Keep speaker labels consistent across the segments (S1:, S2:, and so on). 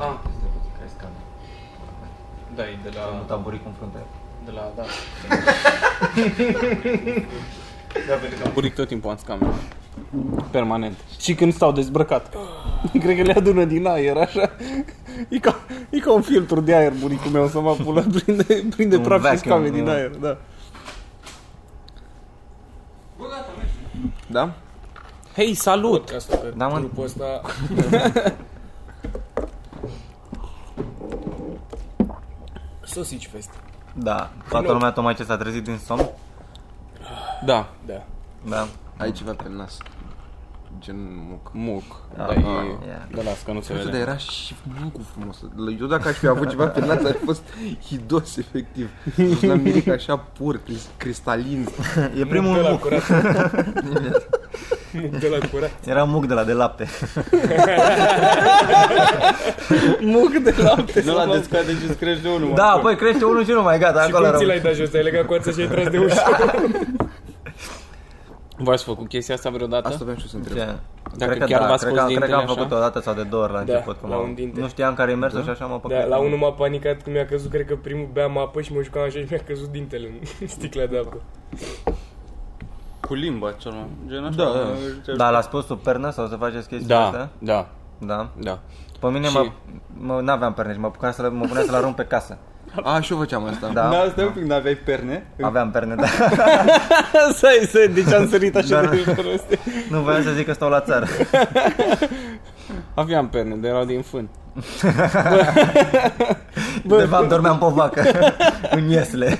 S1: Ah,
S2: Da, e de
S1: am
S2: la...
S1: tamburit cu fruntea.
S2: De la... Da. da, pentru că am buric tot timpul în scaun. Permanent. Și când stau dezbrăcat. Cred că le adună din aer, așa. E ca, e ca un filtru de aer buricul meu să mă pulă. Prinde, prinde
S1: Un
S2: praf și
S1: vacuum,
S2: scame din
S1: da.
S2: aer, da.
S1: Da?
S2: Hei, salut!
S3: Asta pe
S1: Da,
S3: da,
S1: mă.
S3: grupul ăsta Sausage Fest
S1: Da. Toată lumea tocmai ce s-a trezit din somn?
S2: Da,
S3: Da
S1: Da.
S4: Ai ceva pe nas. Gen muc.
S2: muc.
S1: Ah,
S2: Da,
S1: ah,
S2: e...
S1: ia.
S2: Da, las că nu se
S4: Dar
S2: vede.
S4: era și mucul frumos. Deci, Eu dacă aș fi avut ceva pe nas, ar fi fost hidos, efectiv. Deci l-am mirit așa pur, cris- cristalin.
S1: E primul
S3: Muc de la
S1: muc.
S3: curat Muc de la curat
S1: Era muc de la de lapte.
S2: Muc de lapte.
S1: Nu l-a
S2: descade și crește de unul.
S1: Da, păi crește unul și nu mai gata,
S3: Și
S1: acolo
S3: păi, cum ți
S1: rămâne.
S3: l-ai dat jos? Ai legat coața și ai tras de ușă
S2: V-ați făcut chestia asta vreodată?
S4: Asta aveam și eu să întreb.
S1: Ce?
S2: Dacă
S1: cred că
S2: chiar
S1: da,
S2: v-ați
S1: cred
S2: scos
S1: că,
S2: dintele
S1: cred că am
S2: așa?
S1: făcut o dată sau de două ori la
S3: Da,
S1: început. cum
S3: la
S1: am-
S3: un dinte.
S1: Nu știam care e mersul și așa m-a păcat.
S3: Da, la unul m-a panicat că mi-a căzut Cred că primul beam apă și mă jucam așa și mi-a căzut dintele în sticla de apă
S2: Cu limba, cel mai. Gen așa.
S4: Da, da.
S1: Da, l-a spus sub pernă sau să faceți chestia
S2: Da,
S1: asta?
S2: da,
S1: Da.
S2: da.
S1: Pe mine
S2: Și-
S1: mă, mă, n-aveam perne și mă apucam să le, mă puneam să-l arunc pe casă.
S4: A, și eu făceam asta.
S1: Da,
S2: stai un pic, n-aveai perne?
S1: aveam perne, da.
S2: Stai, stai, deci am sărit așa
S1: Dar-
S2: de proste.
S1: Nu voiam să zic că stau la țară.
S2: Aveam perne, dar erau din fân.
S1: de fapt, dormeam pe o vacă în iesle.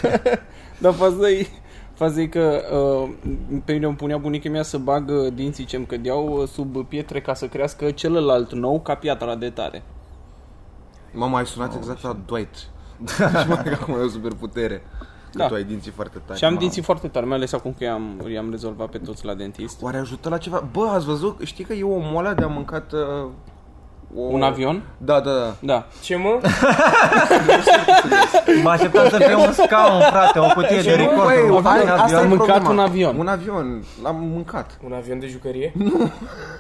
S2: Dar faza e, faza e că uh, pe mine îmi punea bunica mea să bag uh, dinții ce-mi cădeau uh, sub pietre ca să crească celălalt nou ca piatra de tare.
S4: Mama, ai sunat
S2: Oh,
S4: exact la Dwight. Și mai că acum ai o super putere. Că
S2: Da.
S4: tu ai dinții foarte tari.
S2: Și am
S4: Mamă.
S2: dinții foarte tari, mai ales acum că i-am, i-am rezolvat pe toți la dentist.
S4: Oare ajută la ceva? Bă, ați văzut? Știi că e o moală de a mâncat... Uh, o...
S2: Un avion?
S4: Da, da, da.
S2: Da.
S3: Ce mă?
S1: Mă așteptam să fie un scaun, frate, o cutie de record.
S4: Băi,
S1: un
S4: ai-
S1: avion.
S2: asta e
S1: Am
S2: mâncat
S4: problema.
S2: un avion.
S4: Un avion. L-am mâncat.
S3: Un avion de jucărie?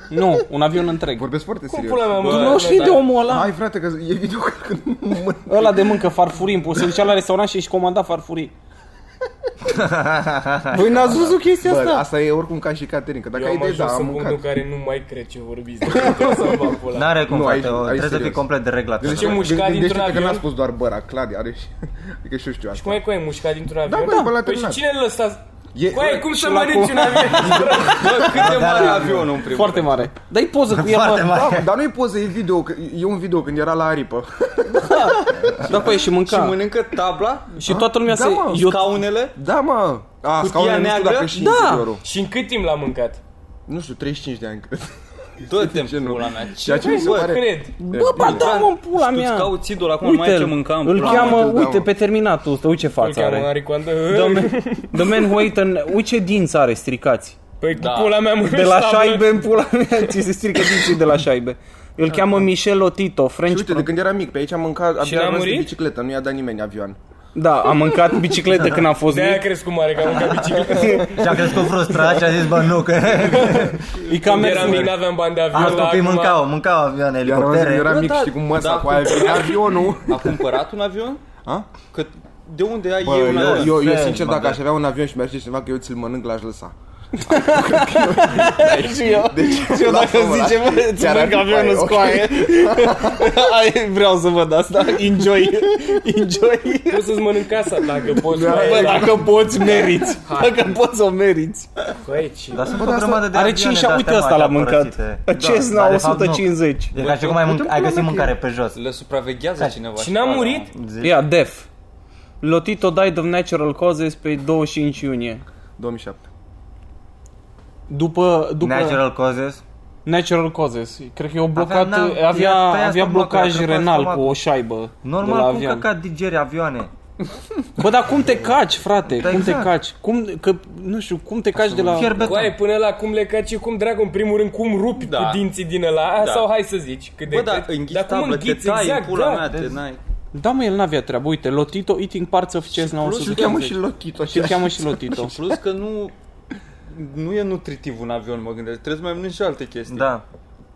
S2: Nu, un avion întreg.
S4: Vorbesc foarte
S3: Cum
S4: serios.
S3: pula mea?
S2: Tu
S3: mă-
S2: nu știi de omul ăla?
S4: Hai frate, că e video că nu mănânc.
S2: Ăla de mâncă farfurii, se ducea la restaurant și își comanda farfurii. Voi n-ați văzut chestia
S4: Bă,
S2: asta?
S4: asta e oricum ca și catering, că dacă
S3: Eu
S4: ai
S3: am
S4: idei, da,
S3: ajuns
S4: am
S3: în punctul în
S4: mâncat.
S3: care nu mai cred ce vorbiți Deci, de trebuie să vă pula.
S1: N-are cum,
S4: Nu,
S1: frate,
S4: aici-
S1: o-
S4: aici
S1: trebuie să
S4: serios. Deci,
S1: fii complet dereglat.
S3: ce
S1: Asta.
S3: mușcat
S4: Gândește-te
S3: dintr-un
S4: că
S3: avion?
S4: n-a spus doar băra, clar, are și... Adică și eu știu asta.
S3: Cum ai cu ai mușcat dintr-un avion?
S4: bă, bă, l-a
S3: păi și
S4: terminat.
S3: cine îl lăsați?
S4: E-
S3: Cu aia, cum
S2: și
S3: să
S2: la
S3: mănânci
S2: cu-
S3: un avion?
S2: Cât de mare
S1: da.
S2: avionul, în primul Foarte mare. Dai poză cu el,
S1: Foarte
S2: mă.
S1: mare.
S4: Da, dar nu-i poză, e video, că- e un video când era la aripă.
S2: Da, păi, și mânca. Și,
S5: mănâncă tabla,
S2: toată lumea
S4: Da,
S2: se...
S4: mă,
S2: Eu...
S5: scaunele.
S4: Da, mă! A, scaunul nu știu
S5: neagră?
S4: dacă și
S2: Da.
S4: interiorul.
S3: Și în cât timp l-a mâncat?
S4: Nu știu, 35 de ani, cred.
S5: Dă-te
S4: ce nu?
S5: pula mea.
S4: Ceea ce mi se
S3: Nu
S4: pare...
S3: cred.
S2: Bă, ba, da, mă, în pula mea.
S5: Îți cauți idol acum, mai ai ce mânca în
S2: îl
S5: pula mea.
S2: cheamă,
S4: Da, mă.
S2: uite, pe terminatul ăsta, uite ce
S3: Îl
S2: față
S3: cheamă
S2: are.
S3: Henry Coandă.
S2: The man, the man who ate and... Uite ce dinți are stricați.
S3: Păi cu
S5: Da.
S3: pula mea mănânci
S2: De la
S3: tablă.
S2: șaibe în pula mea. Ți se strică dinții de la șaibe. Îl cheamă Michel Otito,
S4: Și
S2: French
S4: Păi, uite, de când era mic, pe aici am mâncat, abia
S3: n-a
S4: am de
S3: murit?
S4: bicicletă, nu i-a dat nimeni avion.
S2: Da, a mâncat
S1: Da.
S2: bicicletă când a fost
S3: De-aia a
S2: mic.
S3: crescut mare, că am mâncat bicicletă.
S1: Și a crescut frustrat și a zis, bă, nu, că
S2: E cam
S3: Când eram mic,
S2: mersul.
S3: n-aveam bani de avion.
S1: alți
S3: dar
S1: copii
S3: acum-
S1: mâncau, mâncau avioane,
S4: Iar am zis că era
S1: elicoptere.
S4: mic,
S5: da,
S4: știi cum măsa
S5: da.
S4: cu aia vine avionul.
S5: A cumpărat un avion?
S3: Da.
S4: A?
S5: Că de unde ai
S4: Bă,
S5: eu un
S4: eu,
S5: avion?
S4: eu, eu,
S1: fel,
S4: sincer,
S1: mă,
S4: dacă
S1: da.
S4: aș avea un avion și mi-ar zice cineva că eu ți-l mănânc, l-aș lăsa.
S2: Și eu, și eu dacă
S4: Lasă-mă,
S2: zice,
S4: lasă.
S2: bă, îți
S4: Chiar ar
S2: mânc
S4: fi
S2: avionul
S4: fain, ok.
S2: scoaie, Ai, vreau să văd asta, enjoy, enjoy.
S3: Poți să-ți mănânc casa, dacă poți.
S4: Da,
S3: cu aia-
S2: Bă, dacă poți, meriți, dacă poți, o meriți.
S3: Cu aia e cin.
S1: Dar sunt o grămadă de
S2: Are
S1: avioane
S2: 5
S1: de-astea,
S2: uite
S1: mă,
S2: asta l-a
S1: așa
S2: mâncat.
S1: părăsite.
S2: Cessna
S1: dar de fapt nu.
S2: 150.
S1: E ca și cum ai, mânc- ai găsit mâncare pe jos.
S5: Le supraveghează cineva.
S3: Și n-a
S5: pula mea.
S3: murit?
S1: Deci-
S2: Ia, def. Lotito died of natural causes pe 25 iunie.
S4: 2007.
S2: După, după natural,
S1: Natural causes.
S2: causes. Cred că i-au blocat,
S1: n-am-
S2: avea,
S1: i-a tăiat
S2: avea
S1: stomacul, a
S2: blocaj
S1: crăpat
S2: renal cu
S1: stomacul.
S2: o șaibă de la
S1: Normal, cum
S2: avion.
S1: căcat digeri avioane?
S2: Bă, dar cum te caci, frate?
S1: Da,
S2: cum
S1: exact.
S2: te caci? Cum, că, nu știu, cum te caci de la...
S1: Fierbe
S3: Coai, până la cum le caci și cum dracu, în primul rând, cum rupi
S5: Da.
S3: cu dinții din ăla,
S5: Da.
S3: sau hai să zici, cât de
S5: Bă,
S3: cât.
S5: da, înghiți
S3: Dar cum
S5: tablă, te
S3: înghiți,
S5: tai,
S3: exact,
S5: pula
S3: da.
S5: mea, te n-ai.
S2: Da, mă, el n-avea treabă. Uite, Lotito Eating Parts of CS900.
S4: Și-l cheamă și Lotito
S2: Și-l
S4: așa.
S2: cheamă și Lotito.
S5: Plus că nu... Nu e nutritiv un avion, mă gândesc. Trebuie să mai mănânci și alte chestii.
S1: Da.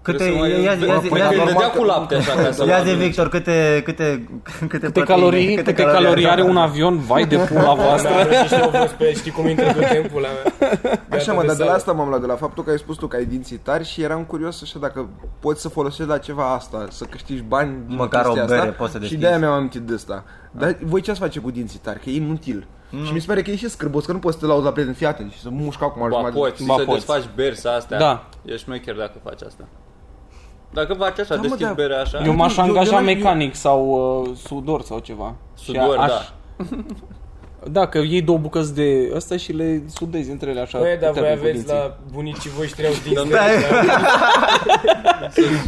S1: Câte,
S5: Trebuie să
S1: ia,
S5: mai-
S1: ia, ia,
S5: Bă, păi că îi
S1: ia,
S5: dădea cu lapte așa ca să
S1: ia zi, Victor, câte, câte, câte,
S2: Câte calorii, câte, calorii are un avion? Vai de pula voastră.
S3: Da, și știu, vă spune, știi cum intră tot timpul la mea.
S4: Așa
S3: Gata
S4: mă, dar de la
S3: sală.
S4: asta m-am luat, de la faptul că ai spus tu că ai dinții tari și eram curios așa dacă poți să folosești la ceva asta, să câștigi bani din
S1: Măcar
S4: chestia
S1: o bere
S4: asta,
S1: poți să
S4: Și
S1: deschizi. Da.
S4: de-aia mi-am amintit de asta. Dar voi ce ați face cu dinții tari? Că e inutil.
S1: Mm.
S4: Și mi se pare că e și scârbos, că nu poți să te lauzi la prieten, fii atent și să mușc acum
S5: Ba
S4: jumătate.
S5: poți,
S2: Ba
S5: să
S2: poți.
S5: desfaci beri sau astea.
S2: Da.
S5: Ești mecher dacă faci asta. Dacă faci așa,
S4: Da, mă,
S5: deschizi
S4: da.
S5: berea așa.
S2: Eu m-aș
S4: Eu- eu
S2: angaja
S4: n-am- eu-
S2: mecanic sau uh, sudor sau ceva. Și
S5: Sudor,
S2: aș-
S5: da.
S2: Da, că iei două bucăți de ăsta și le sudezi între ele așa.
S3: Băi, dar
S2: puternic
S3: voi
S2: cu
S3: aveți
S2: dinții.
S3: la bunicii voștri au dinți.
S5: Da,
S3: care-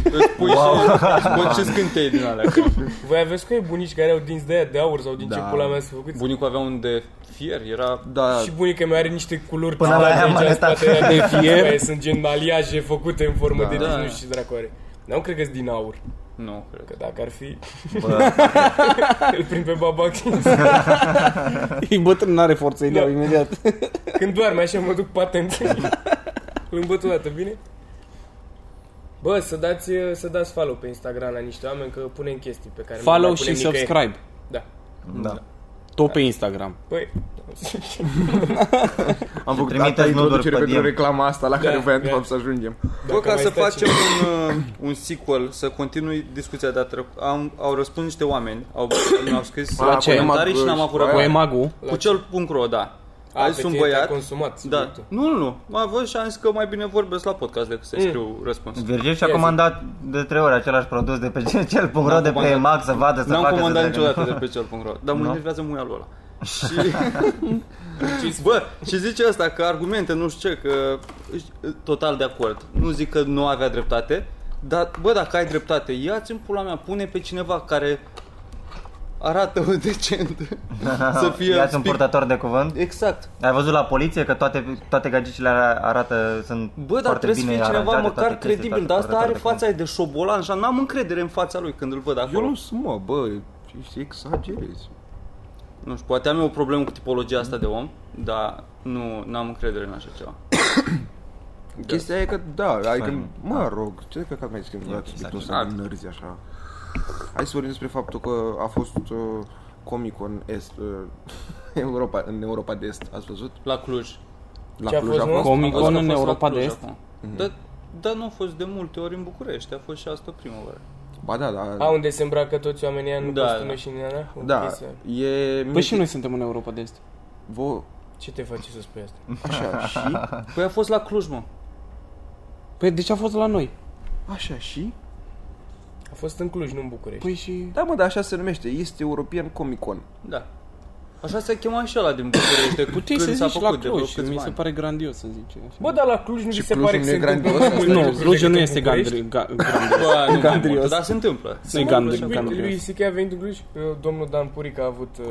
S5: Îți pui și îți pui și scântei din alea. că
S3: Voi aveți cu ei bunici care au dinți de aia de aur sau din ce pula mea să făcuți?
S5: Bunicul avea un de fier, era...
S4: Da,
S3: Și bunica mea are niște culori
S1: Până
S3: ciudate
S1: la aia
S3: aici
S1: m-am
S3: în
S1: arătat.
S3: spatele aia de
S2: fier.
S3: fier. Sunt gen aliaje făcute în formă de
S5: Da.
S3: dinți, nu știu ce dracu are. Dar nu cred că din aur,
S5: Nu, cred.
S3: că dacă ar fi, îl prind pe babac.
S2: Ei bătrân n-are forță, îi
S3: Da.
S2: iau imediat.
S3: Când doarme așa mă duc patent. Îl îmbăt o dată, bine? Bă, să dați, să dați follow pe Instagram la niște oameni că punem chestii pe care nu
S2: Follow
S3: le
S2: și
S3: punem nicăieri.
S2: subscribe.
S3: Da.
S1: Da.
S2: Tot pe Instagram.
S3: Păi,
S4: am făcut
S1: trimiteți
S4: atâta
S1: nuduri
S4: introducere
S1: pe
S4: pentru
S1: DM.
S4: reclama asta la care
S3: Da,
S4: voiam de
S3: da.
S4: fapt să ajungem.
S5: Bă,
S3: Dacă
S5: ca
S3: mai
S5: să
S3: stai
S5: facem un, uh, un sequel, să continui discuția de trecut, am, au răspuns niște oameni, au, ne-au scris
S4: La ce?
S5: comentarii și n-am apurat
S4: Aia.
S2: Cu
S5: bani.
S2: emagu.
S5: Cu cel .ro, da.
S3: a,
S5: Azi
S3: pe
S5: sunt
S3: tine te-a
S5: băiat.
S3: consumat
S5: Da.
S3: subiectul.
S5: Nu, nu, nu. Mă avut și am zis că mai bine vorbesc la podcast decât să scriu răspuns.
S1: Virgil și-a
S3: Ia zi.
S1: comandat de trei ori același produs de pe cel- cel punct de pe
S5: comandat-
S1: Mac să vadă, să
S5: N-am
S1: facă,
S5: comandat
S1: să treacă.
S5: niciodată de pe cel.ro, dar mă enervează muia lui ăla. Și...
S3: Ce-i
S5: Bă, și zice asta că argumente, nu știu ce, că total de acord. Nu zic că nu avea dreptate, dar bă, dacă ai dreptate, ia-ți în pula mea, pune pe cineva care arată decent să fie
S1: Ia-ți un
S5: speak-
S1: purtător de cuvânt.
S5: Exact.
S1: Ai văzut la poliție că toate, toate gagicile ar- arată, sunt
S5: Bă, dar
S1: foarte
S5: trebuie să
S1: bine
S5: fie cineva
S1: aranjate,
S5: măcar
S1: toate chestii,
S5: credibil,
S1: toate
S5: dar asta are
S1: purtători de
S5: fața aia de șobolan, așa, n-am încredere în fața lui când îl văd
S4: Eu
S5: acolo.
S4: nu sunt, mă, bă, ești exagerezi.
S5: Nu știu, poate am eu o problemă cu tipologia asta de om, dar nu n-am încredere în așa ceva.
S4: Chestia e că, da, adică,
S1: Fain.
S4: mă rog, ce căcat mai schimbat vreodată subiectul ăsta
S5: exagerat.
S4: în nărzi așa. Hai să vorbim despre faptul că a fost uh, Comic Con Est, uh, Europa, în Europa de Est, ați văzut?
S5: La Cluj.
S4: La
S3: Ce a fost, nu?
S2: Comic
S5: Am
S2: Con
S5: văzut că a
S2: în
S5: fost la
S2: Europa de
S5: Cluj
S2: Est.
S5: acum.
S1: Mhm.
S5: Dar da, nu a fost de multe ori în București, a fost și asta primăvară.
S4: Ba da, da.
S3: A, unde se îmbracă toți oamenii ăia în
S5: Da,
S3: da,
S5: da.
S3: costume și în alea? O
S4: da,
S3: chestie.
S4: e...
S2: Păi și noi suntem în Europa de Est.
S4: Vo...
S3: Ce te face să spui asta?
S4: Așa, și...
S5: Păi a fost la Cluj, mă.
S2: Păi de ce a fost la noi?
S4: Așa, și...
S3: A fost în Cluj, nu în București.
S2: Păi și...
S4: Da, mă, dar așa se numește, este European Comic Con.
S5: Da. Așa se chema și ăla din București, de
S2: Puteai
S5: când
S2: să
S5: s-a
S2: zici
S5: făcut
S2: la
S5: de vreo
S2: Cluj și mi
S5: câțiva
S2: se
S5: ani.
S2: pare grandios să zici.
S3: Bă, dar la Cluj nu vi se
S4: Clujul
S3: pare că
S4: nu e
S3: se întâmplă
S4: grandios?
S3: mai mult
S2: Nu,
S3: lucruri
S2: Clujul nu
S3: decât
S2: este
S3: în București?
S2: gandri- ga- grandios.
S5: Bă, nu mai mult,
S2: Gandrios.
S5: dar se întâmplă. Se
S2: Nu e
S5: întâmplă
S2: gandrios.
S5: și
S3: Uite,
S5: acolo.
S2: Gandrios.
S3: Lui Isichi a venit în Cluj, eu, domnul Dan Puric a avut uh,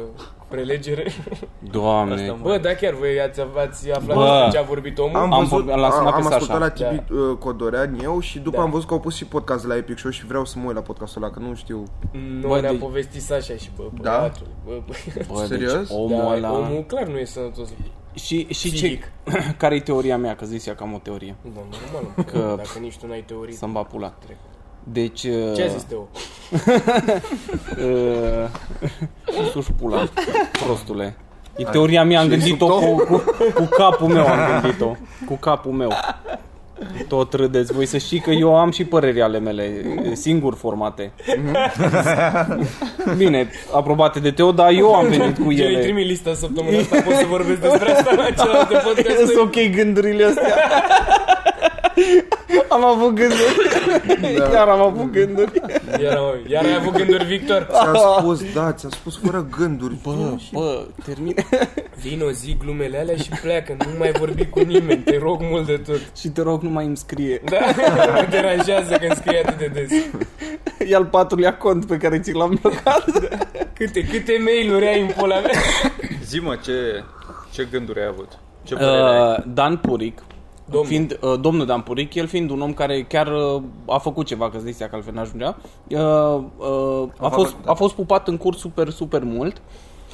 S3: prelegere.
S5: Asta mă-
S2: Doamne,
S3: Bă, da, chiar voi ați, ați aflat
S2: Bă.
S3: despre ce a vorbit omul?
S4: Am,
S2: Am
S4: văzut,
S2: vor- l-a sunat
S4: am,
S2: pe
S4: am
S2: Sasha.
S4: ascultat la
S3: Da.
S4: Tibi uh, Codorean eu și după
S3: Da.
S4: am văzut că au pus și podcast de la Epic Show și vreau să mă uit la podcastul ăla, că nu știu
S3: Nu
S2: Bă,
S3: ne-a
S2: de-
S3: povestit Sasha și bă,
S4: Da?
S3: băiatul, bă, bă.
S2: bă,
S4: serios?
S2: deci omul
S3: Da,
S2: ăla...
S3: omul clar nu e sănătos.
S2: Și, și
S3: Fizic.
S2: ce, care e teoria mea? Că zis ea că am o teorie.
S3: Da, normal, că...
S2: Că-
S3: dacă nici tu n-ai teorii.
S2: Să-mi va pula.
S3: Trec.
S2: Deci...
S3: Ce a zis Teo?
S2: Uh, Suși pula, prostule. E teoria mea, am gândit-o cu, cu, cu capul meu, am gândit-o. Cu capul meu. Tot râdeți voi să știi că eu am și păreri ale mele, singur formate. Bine, aprobate de Teo, dar eu am venit cu
S3: Eu îi
S2: ele.
S3: trimit lista săptămâna asta, pot să vorbesc despre asta la celelalte
S2: Sunt
S3: podcasturi.
S2: ok gândurile astea. am avut gânduri. Iar am avut gânduri.
S3: Iar, mă, iar ai avut gânduri, Victor?
S4: Ți-a spus, da, ți-a spus fără gânduri.
S2: Bă, bă, termină.
S3: Vino, zi glumele alea și pleacă, nu mai vorbi cu nimeni, te rog mult de tot.
S2: Și te rog, nu mai îmi scrie.
S3: Da, mă deranjează când scrie atât de des.
S2: E al patrulea cont pe care ți l-am blocat.
S3: Câte, câte mail-uri ai în pula mea?
S5: Zi mă, ce, ce gânduri ai avut? Ce părere ai?
S2: Uh, Dan Puric,
S3: Domnul.
S2: domnul. Fiind, uh, domnul Dan Puric, el fiind un om care chiar uh, a făcut ceva, că zice că altfel n-ajungea, uh, uh, a, fost,
S3: da.
S2: a fost pupat în curs super, super mult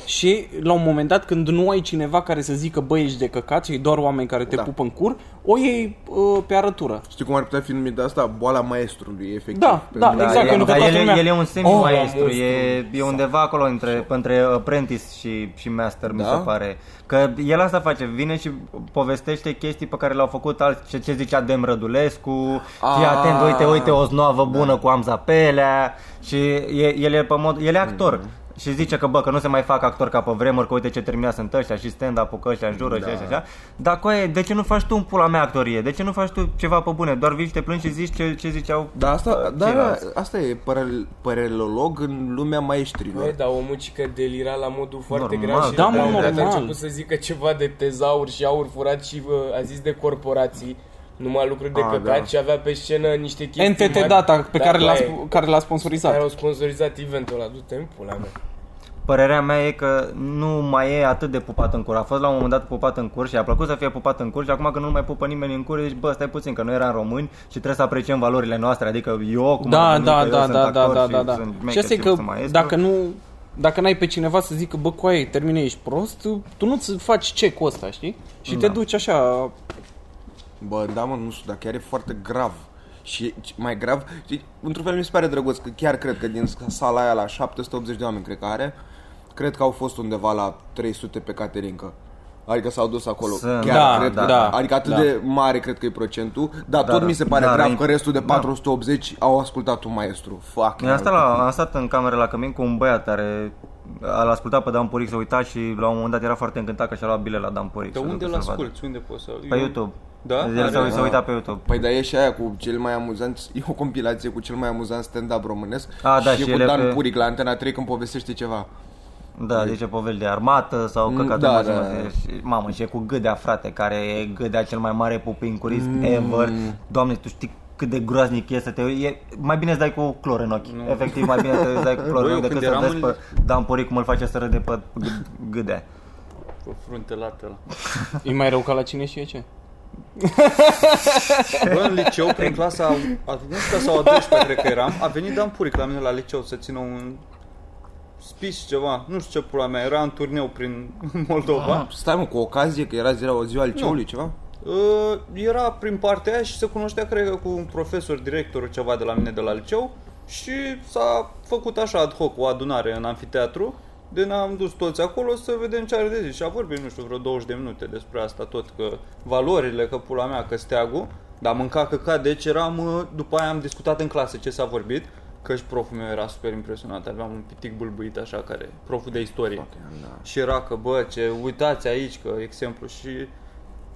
S2: și la un moment dat când nu ai cineva care să zică băi ești de căcat și doar oameni care te
S4: Da.
S2: da. pupă în cur, o iei uh, pe arătură.
S4: Știi cum ar putea fi numită asta? Boala maestrului, efectiv.
S2: Da,
S4: Pentru
S2: da,
S4: că-
S2: exact,
S4: e-
S2: că nu
S1: Dar
S2: toată
S1: el, e-
S2: lumea-
S1: el e un semi-maestru,
S3: Oh,
S1: e, e undeva acolo între, între apprentice și, și master, mi
S4: Da?
S1: se pare. Că el asta face, vine și povestește chestii pe care le-au făcut alți, ce, ce zicea Dem Rădulescu, fii
S4: Ah.
S1: atent, uite, uite, o znoavă bună cu Amza Pelea și e, el e pe mod, el e actor.
S4: Mm-hmm.
S1: Și zice că bă, că nu se mai fac actor ca pe vremuri, că uite ce termina sunt ăștia și stand-up-ul că ăștia în jură da. și așa, și așa. Dar coaie, de ce nu faci tu un pula mea actorie? De ce nu faci tu ceva pe bune? Doar vii și te plângi și zici ce, ce ziceau
S4: Da, asta,
S1: uh,
S4: da,
S1: ceilalți.
S4: asta e paralel, paralelolog în lumea maestrilor.
S3: Băi, dar omul ci că delira la modul foarte
S1: Normal.
S3: grav și
S2: Da, mă,
S3: la un moment dat a
S2: normal.
S3: început să zică ceva de tezauri și aur furat și bă, a zis de corporații, numai lucruri de
S4: Ah,
S3: căcat
S4: da.
S3: și avea pe scenă niște chestii
S2: NTT
S3: mari.
S2: Data pe
S3: Da,
S2: care, l-a,
S3: aia e.
S2: sp- care l-a sponsorizat.
S3: Care au sponsorizat eventul ăla, du-te în pula mea.
S1: Părerea mea e că nu mai e atât de pupat în cur. A fost la un moment dat pupat în cur și a plăcut să fie pupat în cur și acum că nu mai pupă nimeni în cur, zici, bă, stai puțin că noi eram români și trebuie să apreciem valorile noastre. Adică eu, cum
S2: da,
S1: am venit,
S2: da,
S1: că
S2: da,
S1: eu
S2: da,
S1: sunt
S2: da,
S1: actor
S2: da,
S1: și
S2: da, da.
S1: sunt
S2: Și
S1: maker
S2: asta e
S1: și
S2: că
S1: sunt maestru.
S2: dacă nu dacă n-ai pe cineva să zică, bă, coaie, termine, ești prost, tu nu-ți faci ce cu ăsta, știi? Și
S1: Da.
S2: te duci așa,
S4: Bă, da, mă, nu știu, dar chiar e foarte grav. Și e c- mai grav, și, într-un fel mi se pare drăguț, că chiar cred că din sala aia la 780 de oameni, cred că are, cred că au fost undeva la 300 pe Caterinca. Adică s-au dus acolo.
S1: Sunt.
S4: Chiar
S2: Da,
S4: cred
S1: da,
S4: că,
S2: da.
S4: adică atât
S2: Da.
S4: de mare cred că e procentul, dar
S1: Da,
S4: tot
S1: da.
S4: mi se pare
S1: Da,
S4: grav
S1: da,
S4: că restul de 480 au ascultat un maestru. Fuck.
S1: Noi am stat, la, am stat în cameră la cămin cu un băiat care l-a ascultat pe Dan Puric, se uita și la un moment dat era foarte încântat că și-a luat bile la Dan Puric.
S5: De
S1: să
S5: unde
S1: ducă să-l
S5: l
S1: vadă.
S5: asculti? Unde poți să...
S1: Pe YouTube.
S5: Da?
S1: El
S5: Are-
S1: s-a se uita pe YouTube.
S4: Păi da, e și aia cu cel mai amuzant, e o compilație cu cel mai amuzant stand-up românesc
S1: A, da,
S4: și,
S1: și
S4: e cu
S1: ele
S4: Dan
S1: pe-
S4: Puric la Antena 3 când povestește ceva.
S1: Da, zice povești de armată sau
S4: Mm,
S1: căcate
S4: da,
S1: da,
S4: da,
S1: da,
S4: da.
S1: Și, mamă, și e cu Gâdea, frate, care e Gâdea cel mai mare pupincurist mm. ever. Doamne, tu știi cât de groaznic e să te... E, mai bine îți dai cu clor în ochi. Efectiv, mai bine să îți dai cu clor
S5: Băi,
S1: în
S5: eu
S1: ochi decât
S5: când
S1: să
S5: eram
S1: vezi
S5: în-
S1: pe Dan Puric cum îl face să râde pe G- Gâdea.
S5: Cu frunte lată la...
S2: e mai rău ca la cine știe ce.
S5: Bă, în liceu, prin clasa a 11 sau a 12, cred că eram, a venit Dan Puric la mine la liceu să țină un speech ceva, nu știu ce pula mea, era în turneu prin Moldova.
S4: Stai mă, cu ocazie că era ziua, o ziua al ceului, ceva?
S5: Uh, era prin partea aia și se cunoștea, cred că, cu un profesor, director, ceva de la mine de la liceu și s-a făcut așa ad hoc o adunare în anfiteatru de ne-am dus toți acolo să vedem ce are de zis și a vorbit, nu știu, vreo 20 de minute despre asta tot, că valorile, că pula mea, că steagul, dar mânca căcat, deci eram, uh, după aia am discutat în clasă ce s-a vorbit, că și proful meu era super impresionat, aveam un pitic bâlbuit așa, care, proful de istorie. Și era că, bă, ce, uitați aici, că exemplu și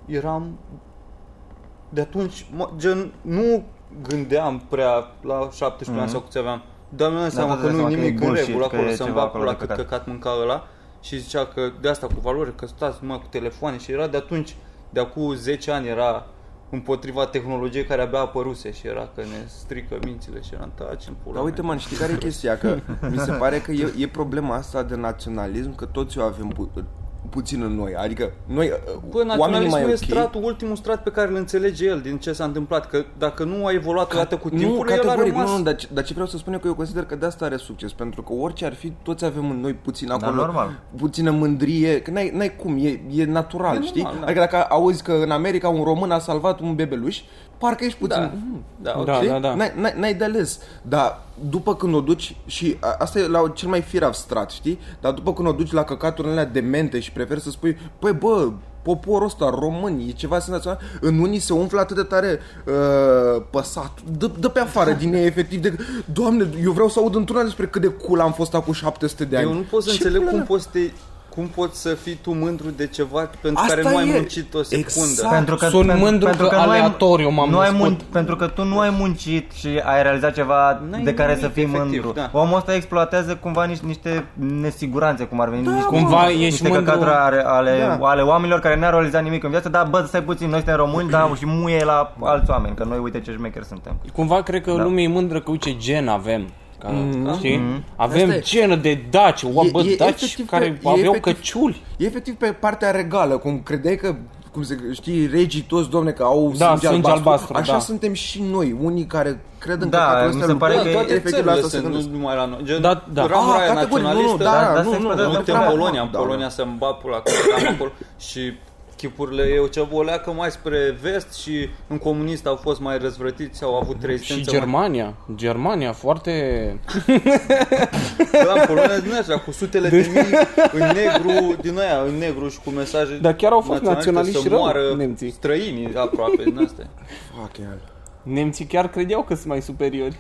S5: eram de atunci, mă, gen, nu gândeam prea la 17 mm-hmm. ani sau câți aveam. Dar mi-am dat
S1: Mhm. Da,
S5: seama
S1: da,
S5: că
S1: da,
S5: nu
S1: seama că
S5: nimic
S1: e
S5: în
S1: bullshit,
S5: regulă
S1: că
S5: acolo,
S1: e
S5: să-mi
S1: ceva
S5: va
S1: acolo
S5: pula
S1: de
S5: cât
S1: căcat.
S5: căcat mânca ăla și zicea că de asta cu valoare, că stați mă cu telefoane și era de atunci, de acum 10 ani era împotriva tehnologiei care abia apăruse și era că ne strică mințile și eram taci în pula
S4: Dar uite
S5: mea."
S4: mă, știi care e chestia? Că mi se pare că e, e problema asta de naționalism, că toți o avem pu- puțin în noi. Adică noi,
S5: Bă,
S4: Bă, oamenii mai
S5: Păi, naționalismul e
S4: ok,
S5: stratul, ultimul strat pe care îl înțelege el din ce s-a întâmplat, că dacă nu a evoluat odată cu
S4: nu,
S5: timpul, el a
S4: categoric,
S5: rămas...
S4: nu, nu, dar, ce- dar ce vreau să spun e că eu consider că de asta are succes, pentru că orice ar fi, toți avem în noi puțin acolo,
S1: normal.
S4: puțină mândrie, că n-ai, n-ai cum, e, e natural,
S5: E
S4: știi?
S5: normal, da.
S4: Adică dacă auzi că în America un român a salvat un bebeluș, parcă ești puțin...
S5: Da.
S4: "Mm,
S5: Da,
S2: Da,
S4: Știi?
S2: da, da.
S4: N-ai, n-ai, n-ai de ales. Dar după când o duci și a, asta e la cel mai firav strat, știi? Dar după când o duci la căcaturile alea demente și preferi să spui, păi bă, poporul ăsta român e ceva senzațional, în unii se umflă atât de tare uh, păsat, dă, dă pe afară din ei efectiv de Doamne, eu vreau să aud într-una despre cât de cool am fost acum 700 de ani.
S5: Eu nu pot să
S4: Ce
S5: înțeleg
S4: pula
S5: cum
S4: mea?
S5: poți, să te, cum poți să fii tu mândru de ceva pentru
S4: Asta
S5: care nu ai
S4: e.
S5: muncit o secundă.
S4: Exact.
S1: Pentru că,
S2: Sunt
S1: pen-
S2: mândru că
S1: nu ai-
S2: aleatoriu m-am
S1: nu ai
S2: născut.
S1: mun- Pentru că tu nu ai muncit și ai realizat ceva
S5: N-ai
S1: de care
S5: nimic,
S1: să fii
S5: efectiv,
S1: mândru.
S5: da.
S1: Omul ăsta exploatează cumva niște, niște nesiguranțe, cum ar
S5: Da,
S1: veni. niște,
S2: Cumva
S1: niște
S2: ești mândru.
S1: căcaturi ale, ale,
S4: Da.
S1: ale oamenilor care n-au realizat nimic în viață, dar bă, stai puțin, noi suntem români, dar și
S5: Păi,
S1: muie la alți oameni, că noi uite ce șmecheri suntem.
S2: Cumva cred că da. lumea e mândră că uite ce gen avem. Că Ca, mm-hmm. Știi? Avem Asta genă de daci, oa,
S4: E-
S2: bă,
S4: e
S2: daci
S4: efectiv
S2: care
S4: pe- e
S2: aveau
S4: efectiv-
S2: căciuli.
S4: E efectiv pe partea regală, cum credeai că cum se, știi, regii toți, domne, că au
S2: Da, sânge
S4: sânge, albastru.
S2: albastru,
S4: Așa
S2: da.
S4: suntem și noi, unii care cred în
S1: Da,
S4: căcatul
S1: mi
S4: ăsta
S1: se
S4: lui
S1: pare
S5: Da,
S4: Bă,
S2: Păi,
S1: că
S5: toate
S4: efectiv la
S5: țările
S4: asta se
S5: sunt, nu
S4: gândesc.
S5: numai la noi. Gen,
S2: Da, da.
S5: ramura aia
S4: Ah, categoric, nu, nu,
S5: naționalistă,
S4: da,
S5: dar
S1: da,
S4: nu,
S1: se
S4: nu,
S1: explodă,
S4: nu,
S1: da,
S5: Nu uite, în
S1: da.
S5: Polonia, în
S4: Da,
S5: Polonia se-mi bat pula că eram acolo și chipurile eu ce oleacă mai spre vest și în comunist au fost mai răzvrătiți, au avut rezistență.
S2: Și
S5: mai-
S2: Germania, Germania foarte...
S5: Da, în Polonia din așa, cu sutele de mii în negru, din aia, în negru și cu mesaje
S2: Dar chiar au fost naționaliști
S5: să
S2: rău,
S5: moară
S2: nemții.
S5: străinii aproape din astea.
S4: Fuck, hell.
S2: Nemții chiar credeau că sunt mai superiori.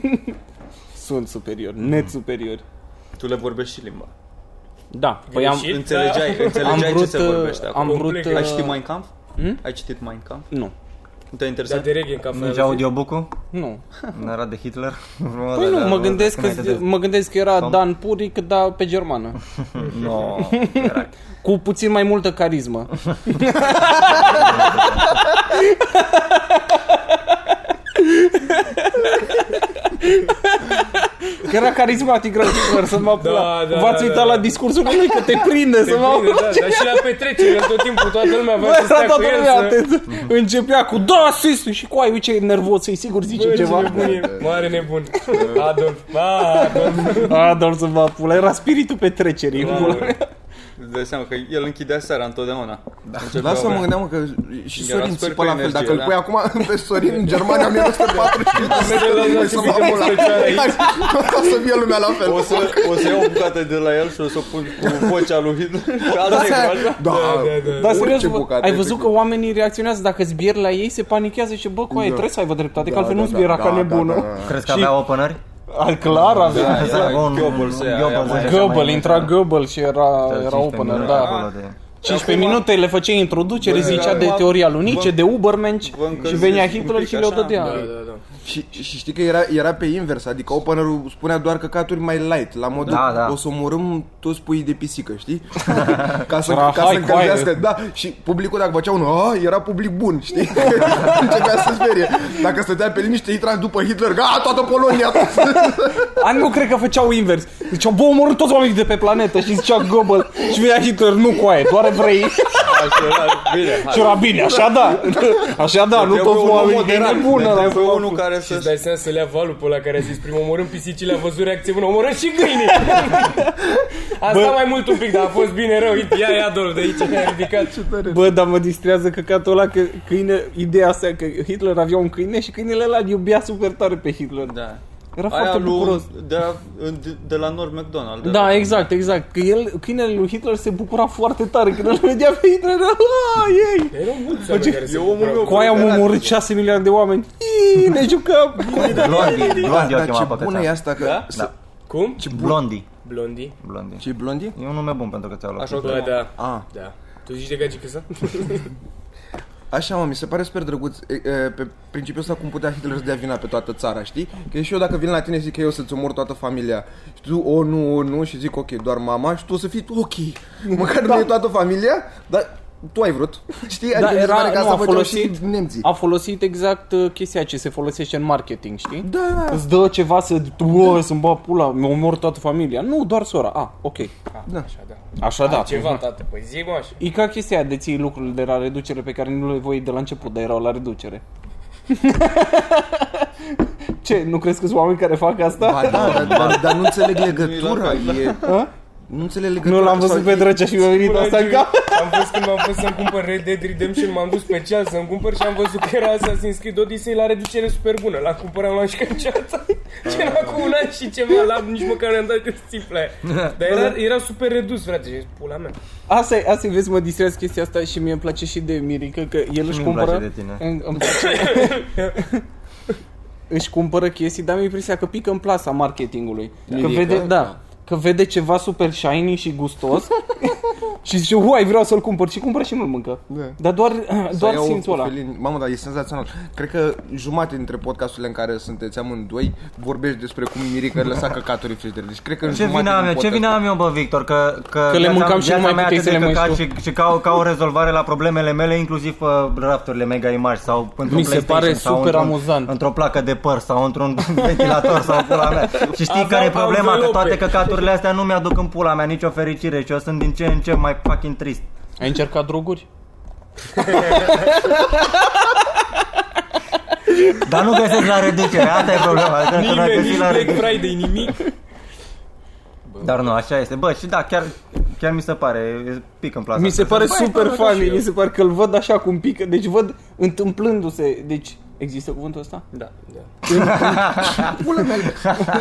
S2: sunt superiori,
S1: Mm.
S2: net superiori.
S5: Tu le vorbești și limba.
S2: Da, păi am,
S3: Greșit.
S5: Înțelegeai,
S2: am
S5: înțelegeai ce
S2: vrut...
S5: se vorbește
S2: uh,
S5: acum.
S2: Am vrut...
S3: Complet.
S5: Ai
S2: uh,
S5: citit Mein Kampf?
S2: Hmm?
S5: Ai citit Mein Kampf?
S2: Nu,
S5: Nu te-a
S3: Dar
S5: interesat?
S3: de reghe în cafea.
S1: Nici audiobook-ul?
S2: nu.
S5: Da.
S1: În era de Hitler?
S2: Păi nu, mă gândesc, că, mă gândesc că era
S1: Tom?
S2: Dan Puric, dar pe germană.
S1: No,
S2: Cu puțin mai multă carismă. Că era carismatic Răzbunăr, să mă
S3: Da, da,
S2: V-ați
S3: da,
S2: uitat
S3: da.
S2: la discursul lui că te prinde, să mă
S3: Bine, da, dar și la petrecere, tot timpul toată lumea
S2: Bă,
S3: vrea să
S2: era
S3: stea cu
S2: toată
S3: el
S2: lumea
S3: să...
S2: atentă. Începea cu da, sis, și cu ai, uite, e nervos, să-i sigur zice
S3: Bă, ce
S2: ceva.
S3: nebun e, mare nebun. Adolf, a, Adolf.
S2: Adolf să mă pula, era spiritul petrecerii. Da, pula mea.
S5: Îți dai seama că el închidea seara întotdeauna. Da.
S4: Lasă-mă, mă gândeam că și
S5: Era
S4: Sorin
S5: super
S4: țipă la
S5: cu
S4: fel. Dacă
S5: energie,
S4: îl pui
S5: da.
S4: acum pe Sorin în Germania 1945,
S3: luat
S4: să
S3: un
S4: mă
S3: video
S4: pula.
S3: special aici.
S4: O să fie lumea la
S5: O
S4: fel.
S5: să, o să iau o bucată de la el și o să o pun cu vocea lui Hitler. Al negru, așa.
S4: Da,
S3: da, da.
S2: Dar
S4: Orice
S2: serios, bă,
S4: bucată,
S2: ai văzut
S4: efectiv.
S2: că oamenii reacționează dacă zbieri la ei, se panichează și bă, cu aia,
S4: Da.
S2: trebuie să aibă dreptate, că altfel
S5: da,
S2: nu zbiera ca nebunul.
S1: crezi că avea openeri?
S2: Al clar avea.
S5: Da, era Goebbels ăia, aia mai-
S2: Goebel, intra Goebel și era, era opener, da. 15
S5: Acum-
S2: minute le făcea introducere,
S5: Bă,
S2: zicea
S5: da,
S2: de
S5: da.
S2: teoria lui Nietzsche,
S5: Vă-
S2: de Ubermensch
S5: vă încălzesc
S2: și venea
S5: un
S2: Hitler
S5: pic
S2: și le-o
S5: așa.
S2: dădea.
S3: Da, da, da.
S4: Și, și știi că era, era pe invers, adică openerul spunea doar căcaturi mai light, la modul
S1: Da, da.
S4: o să omorâm toți puii de pisică, știi? ca să,
S2: Ra,
S4: ca
S2: hai,
S4: să încălzească, da, și publicul dacă făcea unul, a, era public bun, știi? Începea să sperie. Dacă stătea pe liniște, intra după Hitler, a, toată Polonia!
S2: A, nu, cred că făceau invers. Ziceau, bă, omorât toți oamenii de pe planetă și zicea Goebel și venea Hitler, nu cu aia, doar evrei.
S5: era- Bine, hai.
S2: Și era bine, așa da, așa da, nu
S5: Trebuie
S2: toți
S5: un om
S2: oamenii, că e
S5: moderat.
S2: nebună.
S5: Trebuie
S2: dar-
S5: unul care
S3: Și îți
S5: să...
S3: dai seama să le ia valul pe ăla care a zis prim omorâm pisicile, a văzut reacție bună, omorâm și gâinii. a stat mai mult un pic, dar a fost bine rău. Uite, ia, ia, Adolf, de aici ne-a ridicat.
S2: Bă, dar mă distrează căcatul ăla că câine, ideea asta că Hitler avea un câine și câinele ăla îl iubea super tare pe Hitler.
S5: Da.
S2: Era
S5: Aia
S2: foarte bucuros.
S5: lui, de, la, de, de la Norm McDonald. de la-
S2: Da, exact, exact. Că el, câinele lui Hitler se bucura foarte tare când îl vedea pe Hitler. Era, "Ah, ei!
S3: Erau mulți oameni care se
S5: omul
S3: bucurau.
S5: meu.
S2: Cu aia am omorât 6 milioane de oameni. Ii, ne jucăm!
S1: Blondie, Blondie o
S4: Dar
S1: chema
S4: ce
S1: pe
S4: bună e
S1: cățea.
S4: asta că...
S5: Da?
S4: să-
S3: Cum?
S4: Ce bun...
S1: Blondie,
S3: Blondi?
S1: Blondie.
S4: Ce blondie?
S1: E un nume bun pentru cățeaua lor.
S5: Așa
S3: Bă,
S5: că...
S3: da.
S4: Ah.
S3: Da. Tu zici de gagică să?
S4: Așa, mă, mi se pare super drăguț e, e, pe principiul ăsta cum putea Hitler să dea vina pe toată țara, știi? Că și eu dacă vin la tine și zic că eu să-ți omor toată familia și tu, o, nu, o, nu, și zic, ok, doar mama și tu o să fii, tu, ok, măcar da. nu e toată familia, dar tu ai vrut, știi? Adică
S2: Da,
S4: mi se pare
S2: era, nu,
S4: că asta
S2: a
S4: făceau
S2: folosit,
S4: și nemții.
S2: a folosit exact uh, chestia ce se folosește în marketing, știi?
S4: Da,
S2: Îți dă ceva să... Bă, să-mi bag pula, mi omor toată familia. Nu, doar sora. A, ok.
S4: da.
S3: Așa, da.
S2: Așa da.
S3: Ceva, tată, păi zi, mă, așa.
S2: E ca chestia aia de ții lucrurile de la reducere pe care nu le voi de la început, dar erau la reducere. Ce, nu crezi că sunt oameni care fac asta?
S4: Ba, da, dar, dar, dar nu înțeleg legătura,
S5: Nu
S4: e... Nu înțeleg legătura.
S2: nu l-am văzut
S4: sau
S2: pe
S4: e-
S2: drăcea și mi-a venit
S3: Până
S2: asta în
S3: azi,
S2: cap.
S3: Am fost când m-am fost să-mi cumpăr Red Dead Redemption, m-am dus special să-mi cumpăr și am văzut că era Assassin's Creed Odyssey la reducere super bună. L-am cumpărat, l-am și căciata. Ce era cu un an și ceva, l-am nici măcar n-am dat că țipla aia. Dar era, era super redus, frate, și am zis, pula mea.
S2: Asta, e- asta e, vezi, mă distrează chestia asta și mie îmi place și de Mirica că el își
S1: place
S2: cumpără...
S1: de tine.
S2: Îmi- îmi place- își cumpără chestii, dar mi-e impresia că pică în plasa marketingului. Că
S4: Mirica?
S2: vede, da. că vede ceva super shiny și gustos și zice, uai, vreau să-l cumpăr și cumpără și nu-l mâncă.
S4: Da.
S2: Dar doar,
S4: Să
S2: doar
S4: iau
S2: simțul ăla.
S4: Cofelin. Mamă, dar e senzațional. Cred că jumate dintre podcasturile în care sunteți amândoi vorbești despre cum Mirica lăsa căcaturi în frigider. Deci cred că în
S1: Ce
S4: jumate
S1: vina am
S4: din
S1: eu, ce
S4: podcast-
S1: vina am eu, bă, Victor, că, că,
S2: Că le mâncam și nu mai puteai să le mănânci
S1: mânci
S2: tu.
S1: și, și ca, o- ca o rezolvare la problemele mele, inclusiv uh, rafturile mega imagi sau într-un
S2: Mi se
S1: PlayStation
S2: pare
S1: sau
S2: super
S1: într-un,
S2: amuzant.
S1: Într-o placă de păr sau într-un ventilator sau pula mea. Și știi
S3: Aveam
S1: care e problema? Că
S3: anvelope.
S1: toate căcaturile astea nu mi-aduc în pula mea nicio fericire și eu sunt din ce în ce mai fucking trist.
S2: Ai încercat droguri?
S1: Dar nu găsesc la reducere, asta e problema. Cred că nu am
S3: Nimeni,
S1: găsit
S3: nici
S1: la
S3: Black
S1: reducere.
S3: Friday, nimic.
S1: Dar nu, așa este. Bă, și da, chiar, chiar mi se pare, e pic în plasa.
S2: Mi se pare
S3: Băi,
S2: super
S3: bă, da, și
S2: funny,
S3: eu.
S2: mi se pare că îl văd așa cum pică, deci văd întâmplându-se, deci există cuvântul ăsta?
S3: Da, da.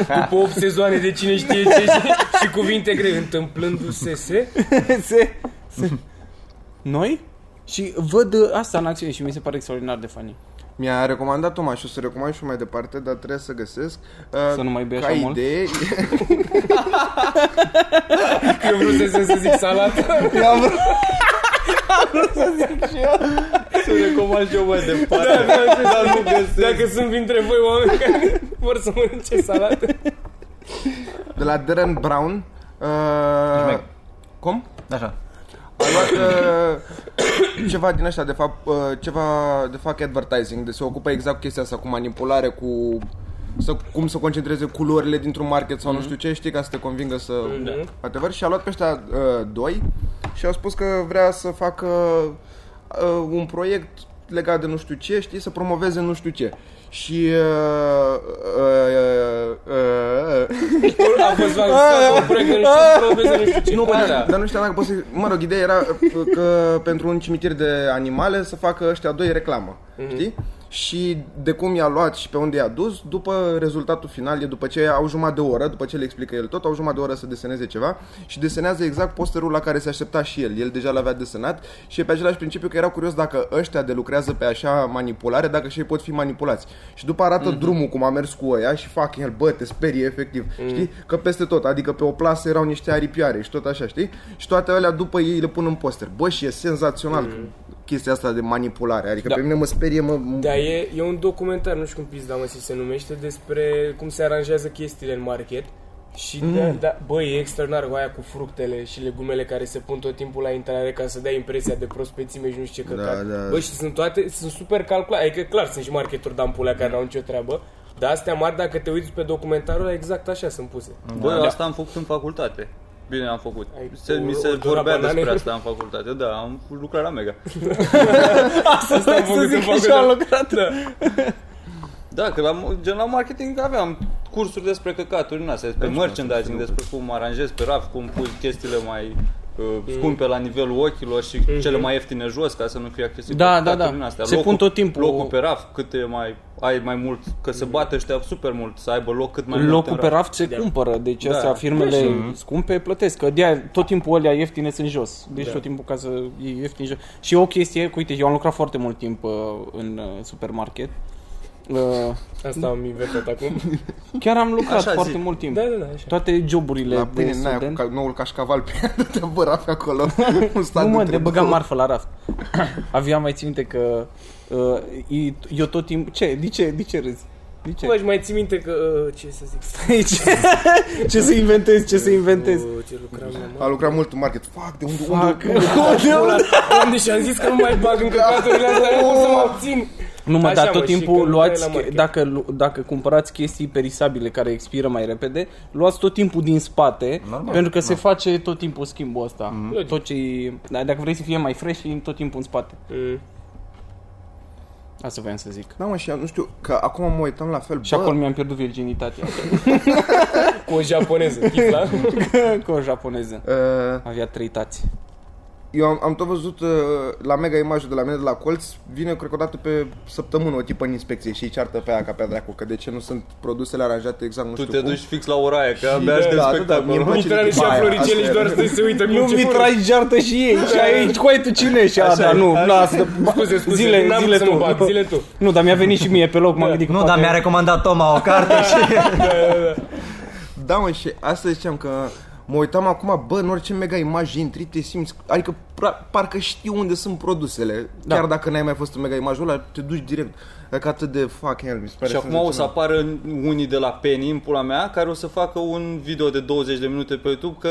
S3: După 8 sezoane de cine știe ce și, și cuvinte grei, întâmplându-se se,
S2: se, se... Noi? Și văd uh, asta în acțiune și mi se pare extraordinar de funny.
S4: Mi-a recomandat Toma și o să recomand și eu mai departe, dar trebuie să găsesc. Uh,
S2: Să nu mai bei
S4: ca
S2: așa mult.
S4: idee,
S3: că eu vrusesem să zic salată,
S5: Să recomand și eu mai departe.
S3: Da, da, da,
S5: dar nu găsesc.
S3: dacă sunt dintre voi oameni care vor să mănânce salată.
S4: de la Darren Brown. Uh,
S1: Nimic.
S4: cum?
S1: Așa.
S4: A luat uh, ceva din ăștia, de fapt, uh, ceva de fac advertising, de se ocupă exact cu chestia asta cu manipulare, cu să, cum să concentreze culorile dintr-un market sau mm-hmm. nu știu ce, știi, ca să te convingă să...
S3: Da.
S4: Whatever. Și a luat pe ăștia uh, doi și a spus că vrea să facă uh, un proiect legat de nu știu ce, știi, să promoveze nu știu ce. Și... Uh, uh, uh, uh,
S3: A fost la salată, o prăgă, nu știu, profesor, nu știu ce.
S4: nu, bă,
S3: Da,
S4: dar-
S3: da.
S4: dar nu știam dacă poți să... Mă rog, ideea era uh, că pentru un cimitir de animale să facă ăștia doi reclamă, știi? Și de cum i-a luat și pe unde i-a dus, după rezultatul final, e după ce au jumătate de oră, după ce le explică el tot, au jumătate de oră să deseneze ceva și desenează exact posterul la care se aștepta și el. El deja l-avea desenat și e pe același principiu că erau curios dacă ăștia de lucrează pe așa manipulare, dacă și ei pot fi manipulați. Și după arată
S2: Mhm.
S4: drumul cum a mers cu ăia și fac el, bă, te sperie efectiv.
S2: Mm.
S4: Știi? Că peste tot, adică pe o plasă erau niște aripioare și tot așa, știi? Și toate alea după ei le pun în poster. Bă, și e senzațional chestia asta de manipulare. Adică
S2: Mm. Da.
S4: pe mine mă sperie, mă...
S3: Da, e, e un documentar, nu știu cum pizda mă se numește, despre cum se aranjează chestiile în market. Și mm. da, da, bă, e extraordinar cu aia cu fructele și legumele care se pun tot timpul la intrare ca să dea impresia de prospețime și nu știu ce căcat.
S4: Da, da.
S3: Bă, și sunt toate, sunt super calculate, adică clar sunt și marketuri dampulea care n-au nicio treabă, dar astea mari, dacă te uiți pe documentarul ăla, exact așa sunt puse.
S5: Bă, asta am făcut în facultate. Bine am făcut.
S3: Ai
S5: Se,
S3: o-
S5: mi
S3: o
S5: se
S3: dura
S5: vorbea
S3: banane?
S5: despre asta în facultate. Da, am lucrat la Mega.
S3: Asta am făcut
S2: zic
S3: în
S2: că și-au
S3: facultate.
S2: lucrat.
S3: Da.
S5: Da, că la, gen la marketing aveam cursuri despre căcaturi în astea, despre merchandising, despre cum aranjezi pe raft, cum pui chestiile mai uh,
S2: Mm.
S5: scumpe la nivelul ochilor și cele mai ieftine jos ca să nu fie accesibil
S2: Mm-hmm. Da, da,
S5: cu
S2: da.
S5: căcaturi din astea.
S2: Se pun tot timpul- Mm.
S5: Locul pe raft, câte mai ai mai mult, că se bată ăștia super mult, să aibă loc cât mai mult
S2: Locul
S5: în
S2: pe raft se cumpără, deci
S5: Da.
S2: astea firmele scumpe plătesc, că de tot timpul alea ieftine sunt jos, deci tot timpul ca să iei ieftin jos. Și o chestie, cu, uite, eu am lucrat foarte mult timp uh, în uh, supermarket, Uh,
S3: Asta am inventat acum.
S2: chiar am lucrat
S5: Așa
S2: foarte
S5: zic.
S2: mult timp.
S3: Da, da, da, așa.
S2: Toate joburile
S4: La
S2: de
S4: pâine n-aia cu
S2: student.
S4: ca, noul cașcaval pe de băra pe acolo. un
S2: Nu
S4: stand
S2: mă, de
S4: între
S2: băga
S4: două.
S2: marfă la raft. Aveam mai țin minte că uh, e- eu tot timpul... Ce? De ce? De ce râzi? De ce?
S3: Bă, și mai ții minte că, uh, ce să zic,
S2: ce, ce să inventez? Ce să inventez?
S3: uh, ce lucram la
S4: A lucrat mult în market. Fuck, de unde,
S2: Fac.
S4: unde, unde,
S3: Unde și-am zis că nu mai bag în căcaturile astea, nu pot să mă abțin.
S2: Nu mă,
S3: Așa,
S2: dar tot
S3: mă, și
S2: timpul
S3: când
S2: luați, da.
S3: dai la market.
S2: dacă, lu- dacă cumpărați chestii perisabile care expiră mai repede, luați tot timpul din spate,
S1: Normal,
S2: pentru că se face tot timpul schimbul ăsta. Tot ce da, dacă vrei să fie mai fresh, fii tot timpul în spate.
S3: Mm.
S2: Asta voiam să zic.
S4: Da, mă, și eu nu știu, că acum mă uitam la fel,
S2: Și
S4: bă,
S2: acolo mi-am pierdut virginitatea
S3: Cu o japoneză, chifla.
S2: cu o japoneză.
S4: uh,
S2: Avea trei tați.
S4: eu am, am tot văzut uh, la mega imagine de la mine de la colț, vine cred că o dată pe săptămână o tipă în inspecție și îi ceartă pe aia ca pe dracu, că de ce nu sunt produsele aranjate exact, nu
S5: Tu
S4: știu
S5: te
S4: cum.
S5: duci fix la ora aia, că abia
S4: da,
S5: aștept
S4: da, da,
S5: spectacolul.
S4: mie îmi place
S3: Intrare și a
S4: Baia,
S3: floricele și
S4: asta
S3: doar
S4: e.
S3: stai să uită.
S2: Nu mi trai geartă și ei
S3: Da.
S2: Și aici, cu ai tu cine și
S5: Așa
S2: ada,
S5: e,
S2: nu,
S5: așa e.
S2: lasă
S3: Scuze, scuze,
S2: zile,
S3: n-am
S2: zile
S3: să mă
S2: tu
S3: bag, zile tu. Da.
S2: Nu, dar mi-a venit și mie pe loc, m-am gândit că
S1: Nu,
S2: poate-
S1: dar mi-a recomandat Toma o carte și...
S4: da, mă, și asta ziceam că mă uitam acum, bă, în orice mega imagine intri, te simți, adică pra- parcă știu unde sunt produsele, da. chiar dacă n-ai mai fost în mega imagine ăla, te duci direct. Dacă atât de fucking hell, mi se pare
S5: Și acum o să
S4: senzațional.
S5: apară unii de la Penny, în pula mea, care o să facă un video de 20 de minute pe YouTube că,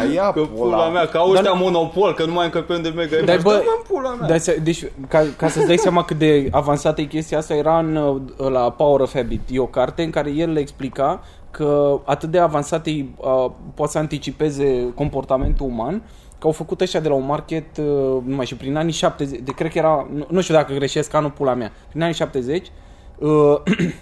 S4: Aia,
S5: că pula mea, că au ăștia monopol, că nu mai încăpem de mega
S2: Dar
S5: imagine.
S2: bă,
S5: Da, mă, pula mea.
S2: dar să- deci, ca, ca să-ți dai seama cât de avansată e chestia asta, era în, uh, la Power of Habit, e o carte în care el le explica că atât de avansate uh, poate să anticipeze comportamentul uman, că au făcut ăștia de la un market, uh, nu mai știu, prin anii 70, de, cred că era, nu, nu știu dacă greșesc anul pula mea, prin anii 70, uh,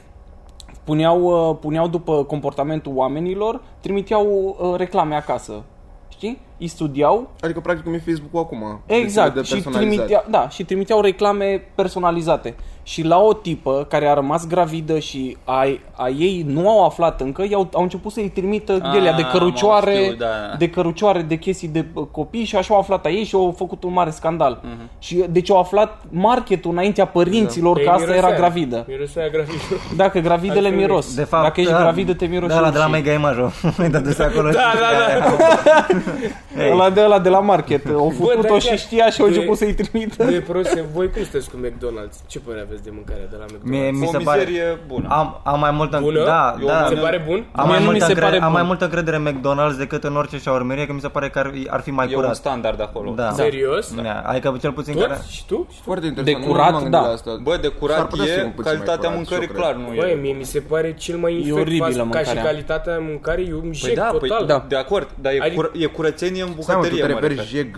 S2: puneau, uh, puneau după comportamentul oamenilor, trimiteau uh, reclame acasă, știi? Îi studiau
S4: Adică practic cum e Facebook-ul acum. destul
S2: Exact,
S4: de
S2: și
S4: personalizat.
S2: trimiteau, da, și trimiteau reclame personalizate. Și la o tipă care a rămas gravidă și a, a ei nu au aflat încă, i-au, au început să-i trimită
S5: Ah,
S2: ghelea de cărucioare,
S5: mă, știu, da.
S2: de cărucioare, de chestii de uh, copii și așa au aflat a ei și au făcut un mare scandal.
S5: Mhm.
S2: Și deci au aflat marketul înaintea
S5: Da.
S2: părinților că asta era gravidă.
S3: Mirosea gravidă.
S2: Dacă gravidele
S3: Altfel
S2: miros.
S1: De fapt,
S2: Dacă ești
S1: da,
S2: gravidă te miroși.
S1: Da, ăla
S2: un
S1: de la
S2: șir.
S1: Mega Image, da, da, acolo.
S3: Da, da, da.
S1: Ei.
S2: Ăla de, ăla de la market. Au
S3: dar
S2: făcut-o
S3: chiar-
S2: și știa și au
S3: de-
S2: început să-i trimită.
S3: De prost, voi cum sunteți cu McDonald's? Ce părere aveți de mâncarea de la McDonald's?
S1: Mie, mi
S5: o
S1: se pare...
S5: mizerie bună.
S1: Am, am mai multă...
S3: Bună?
S1: Da,
S5: Eu
S1: da.
S5: am-
S3: Se pare bun?
S1: Am
S2: Mie
S1: mai,
S2: nu mi
S1: multă
S2: se pare
S1: încredere, am
S2: bun.
S1: mai multă încredere în McDonald's decât în orice șaurmerie, că mi se pare că ar, ar fi mai
S5: E un
S1: curat.
S5: standard acolo.
S1: Da.
S3: Serios?
S1: Da. Adică cel puțin care...
S3: Toți? Și tu? Și tu?
S4: Foarte interesant.
S2: De
S4: nu
S2: curat,
S4: m-am gândit
S2: da.
S4: la Asta.
S5: Bă, de
S4: S-ar
S5: curat
S4: putea să fie un
S5: e,
S4: puțin mai curat, și
S5: calitatea
S4: eu
S5: mâncării
S4: cred.
S5: clar nu
S3: Băi,
S5: e.
S3: mie mi se pare cel mai infect
S2: oribilă
S3: fast food, ca și
S2: mâncarea.
S3: calitatea mâncării, eu îmi
S5: Păi
S3: jec
S5: da,
S3: total.
S5: păi,
S2: Da.
S5: de acord, dar e,
S3: Adică-
S5: cur- e curățenie în
S4: Stai mă, tu
S5: bucătărie,
S4: te
S5: mă
S4: referi
S5: refer.
S4: jeg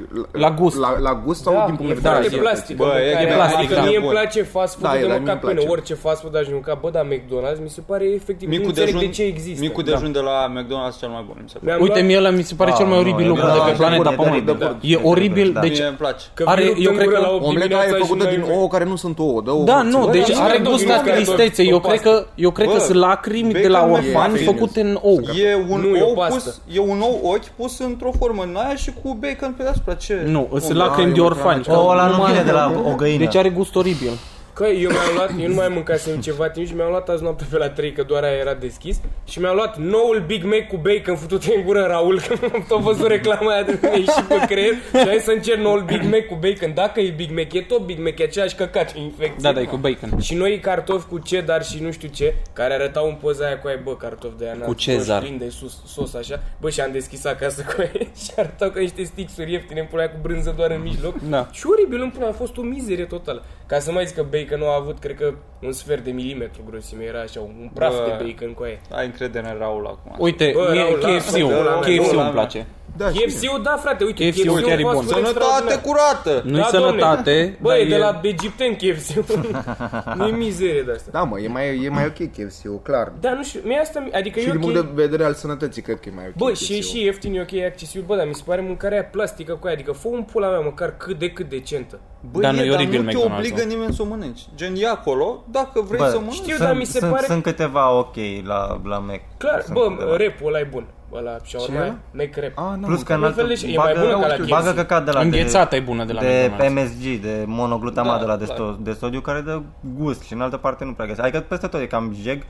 S2: La gust.
S4: La, la gust sau
S3: Da,
S4: din punct
S3: e
S4: de vedere?
S3: foarte
S4: al
S3: plastică
S5: Bă, e
S3: mâncarea.
S5: plastic,
S3: Adică
S5: da.
S3: mie îmi
S5: Bun.
S3: place fast food
S4: Da,
S3: de
S4: e la
S3: mâncat
S4: mine îmi
S3: până
S4: place.
S3: orice fast food aș mânca, bă, dar McDonald's mi se pare efectiv, nu
S5: Micul
S3: înțeleg
S5: dejun,
S3: de ce există. Da.
S5: micul dejun de la McDonald's cel mai bun, mi se pare.
S3: Mi-am
S2: Uite,
S3: luat-
S2: mie ăla mi se pare cel mai
S1: Ah,
S2: oribil
S1: nu,
S2: lucru
S1: da,
S2: de
S1: da,
S2: pe planeta
S1: da, da,
S2: Pământ.
S1: da, da.
S2: E oribil,
S1: Da.
S2: deci
S5: Mie îmi place.
S3: Că
S2: Are-
S3: are,
S2: eu
S3: eu
S2: cred
S3: cred
S2: că
S3: la 8
S4: Omleta aia
S3: dimineața
S4: e
S3: și
S4: făcută
S3: noi-
S4: din ouă care nu sunt ouă, dă ouă
S2: da,
S4: frățioare.
S2: nu, deci
S3: nici
S2: are
S3: mcdonald's
S2: gust
S3: care
S2: la
S3: doar
S2: tristețe.
S3: pe
S2: Eu cred
S3: pastă.
S2: că, eu cred
S5: Bă,
S2: că sunt lacrimi de
S5: bacon
S2: la
S5: nu e
S2: orfani
S4: famous.
S2: făcute în ou.
S5: E un,
S3: Nu, e o
S5: ou
S3: pastă.
S5: pus, e un ou ochi pus într-o formă în aia și cu bacon pe deasupra. Ce?
S2: Nu, sunt
S5: Om,
S2: lacrimi
S4: eu
S2: de
S4: mă
S2: orfani.
S4: cam
S1: O, ăla nu
S2: Numai-
S1: vine de la o găină.
S2: Deci are gust oribil.
S3: Că eu mi-am luat, eu nu mai mâncasem ceva timp și mi-am luat azi noapte pe la 3 că doar aia era deschis și mi-am luat noul Big Mac cu bacon futut în gură Raul că am tot văzut reclama aia de mine și pe creier și hai să încerc noul Big Mac cu bacon. Dacă e Big Mac, e tot Big Mac, e aceeași căcat, e infecție.
S2: Da, da, e cu bacon.
S3: Și noi cartofi cu cedar și nu știu ce, care arătau în poza aia cu ai, bă, cartofi de aia n-am-
S2: cezar.
S3: plin de sus, sos așa. Bă, și am deschis acasă cu ei și arătau ca niște sticksuri ieftine, îmi punea cu brânză doar în mijloc.
S2: Da.
S3: Și oribil îmi punea, a fost o mizerie totală. Ca să mai zic că bacon nu a avut, cred că, un sfert de milimetru grosime, era așa, un praf
S5: Bă.
S3: de bacon cu aia.
S5: Ai încredere în Raul acum.
S2: Uite,
S3: Bă,
S2: mie
S3: Raul,
S2: KFC-ul,
S3: lasă-mă,
S5: Raul,
S2: KFC-ul
S5: Raul,
S2: îmi place.
S4: Da, și mie.
S3: KFC-ul, da, frate, uite,
S2: KFC-ul
S3: KFC-ul
S2: chiar e
S3: fast
S2: bun.
S3: food
S5: Sănătate
S3: extraordinar.
S5: curată!
S2: Nu-i
S3: domne.
S2: sănătate,
S3: Da, Bă,
S2: dar
S3: e de
S2: e-
S3: la egipten KFC-ul. nu e mizerie de asta.
S4: Da, mă, e mai, e mai ok KFC-ul, clar.
S3: Da, nu știu, mie asta, mi- adică
S4: Și
S3: e
S4: din
S3: ok.
S4: punct de vedere al sănătății, cred că e mai ok
S3: Bă, și e
S4: KFC-ul.
S3: și ieftin, e ok, e accesibil, bă, dar mi se pare mâncarea aia plastică cu aia, adică fă un pula mea măcar cât de cât decentă.
S5: Bă,
S2: Dar nu e oribil
S5: nu te
S2: McDonald's-ul.
S5: obligă nimeni să o mănânci. Gen, e acolo, dacă vrei
S1: Bă,
S5: să mănânci.
S3: știu,
S1: sunt,
S3: dar mi se
S1: sunt,
S3: pare-
S1: Sunt câteva ok la, la Mac.
S3: Clar,
S1: Sunt câteva.
S3: bă, repul ăla e bun, ăla și
S4: ăla?
S3: urmă, make rep.
S4: A, Ah, n-am
S1: Plus că în
S3: în
S1: altă,
S3: fel de- e mai
S1: bagă,
S3: bună ca la KFC.
S1: bagă căcat de la
S2: Înghețata
S1: de,
S2: e bună de la
S1: de
S2: McDonald's.
S1: PMSG, de
S3: Da,
S1: monoglutamat de la de, sto, de sodiu, care dă gust și în altă parte nu prea găsesc. Adică peste tot e cam jeg.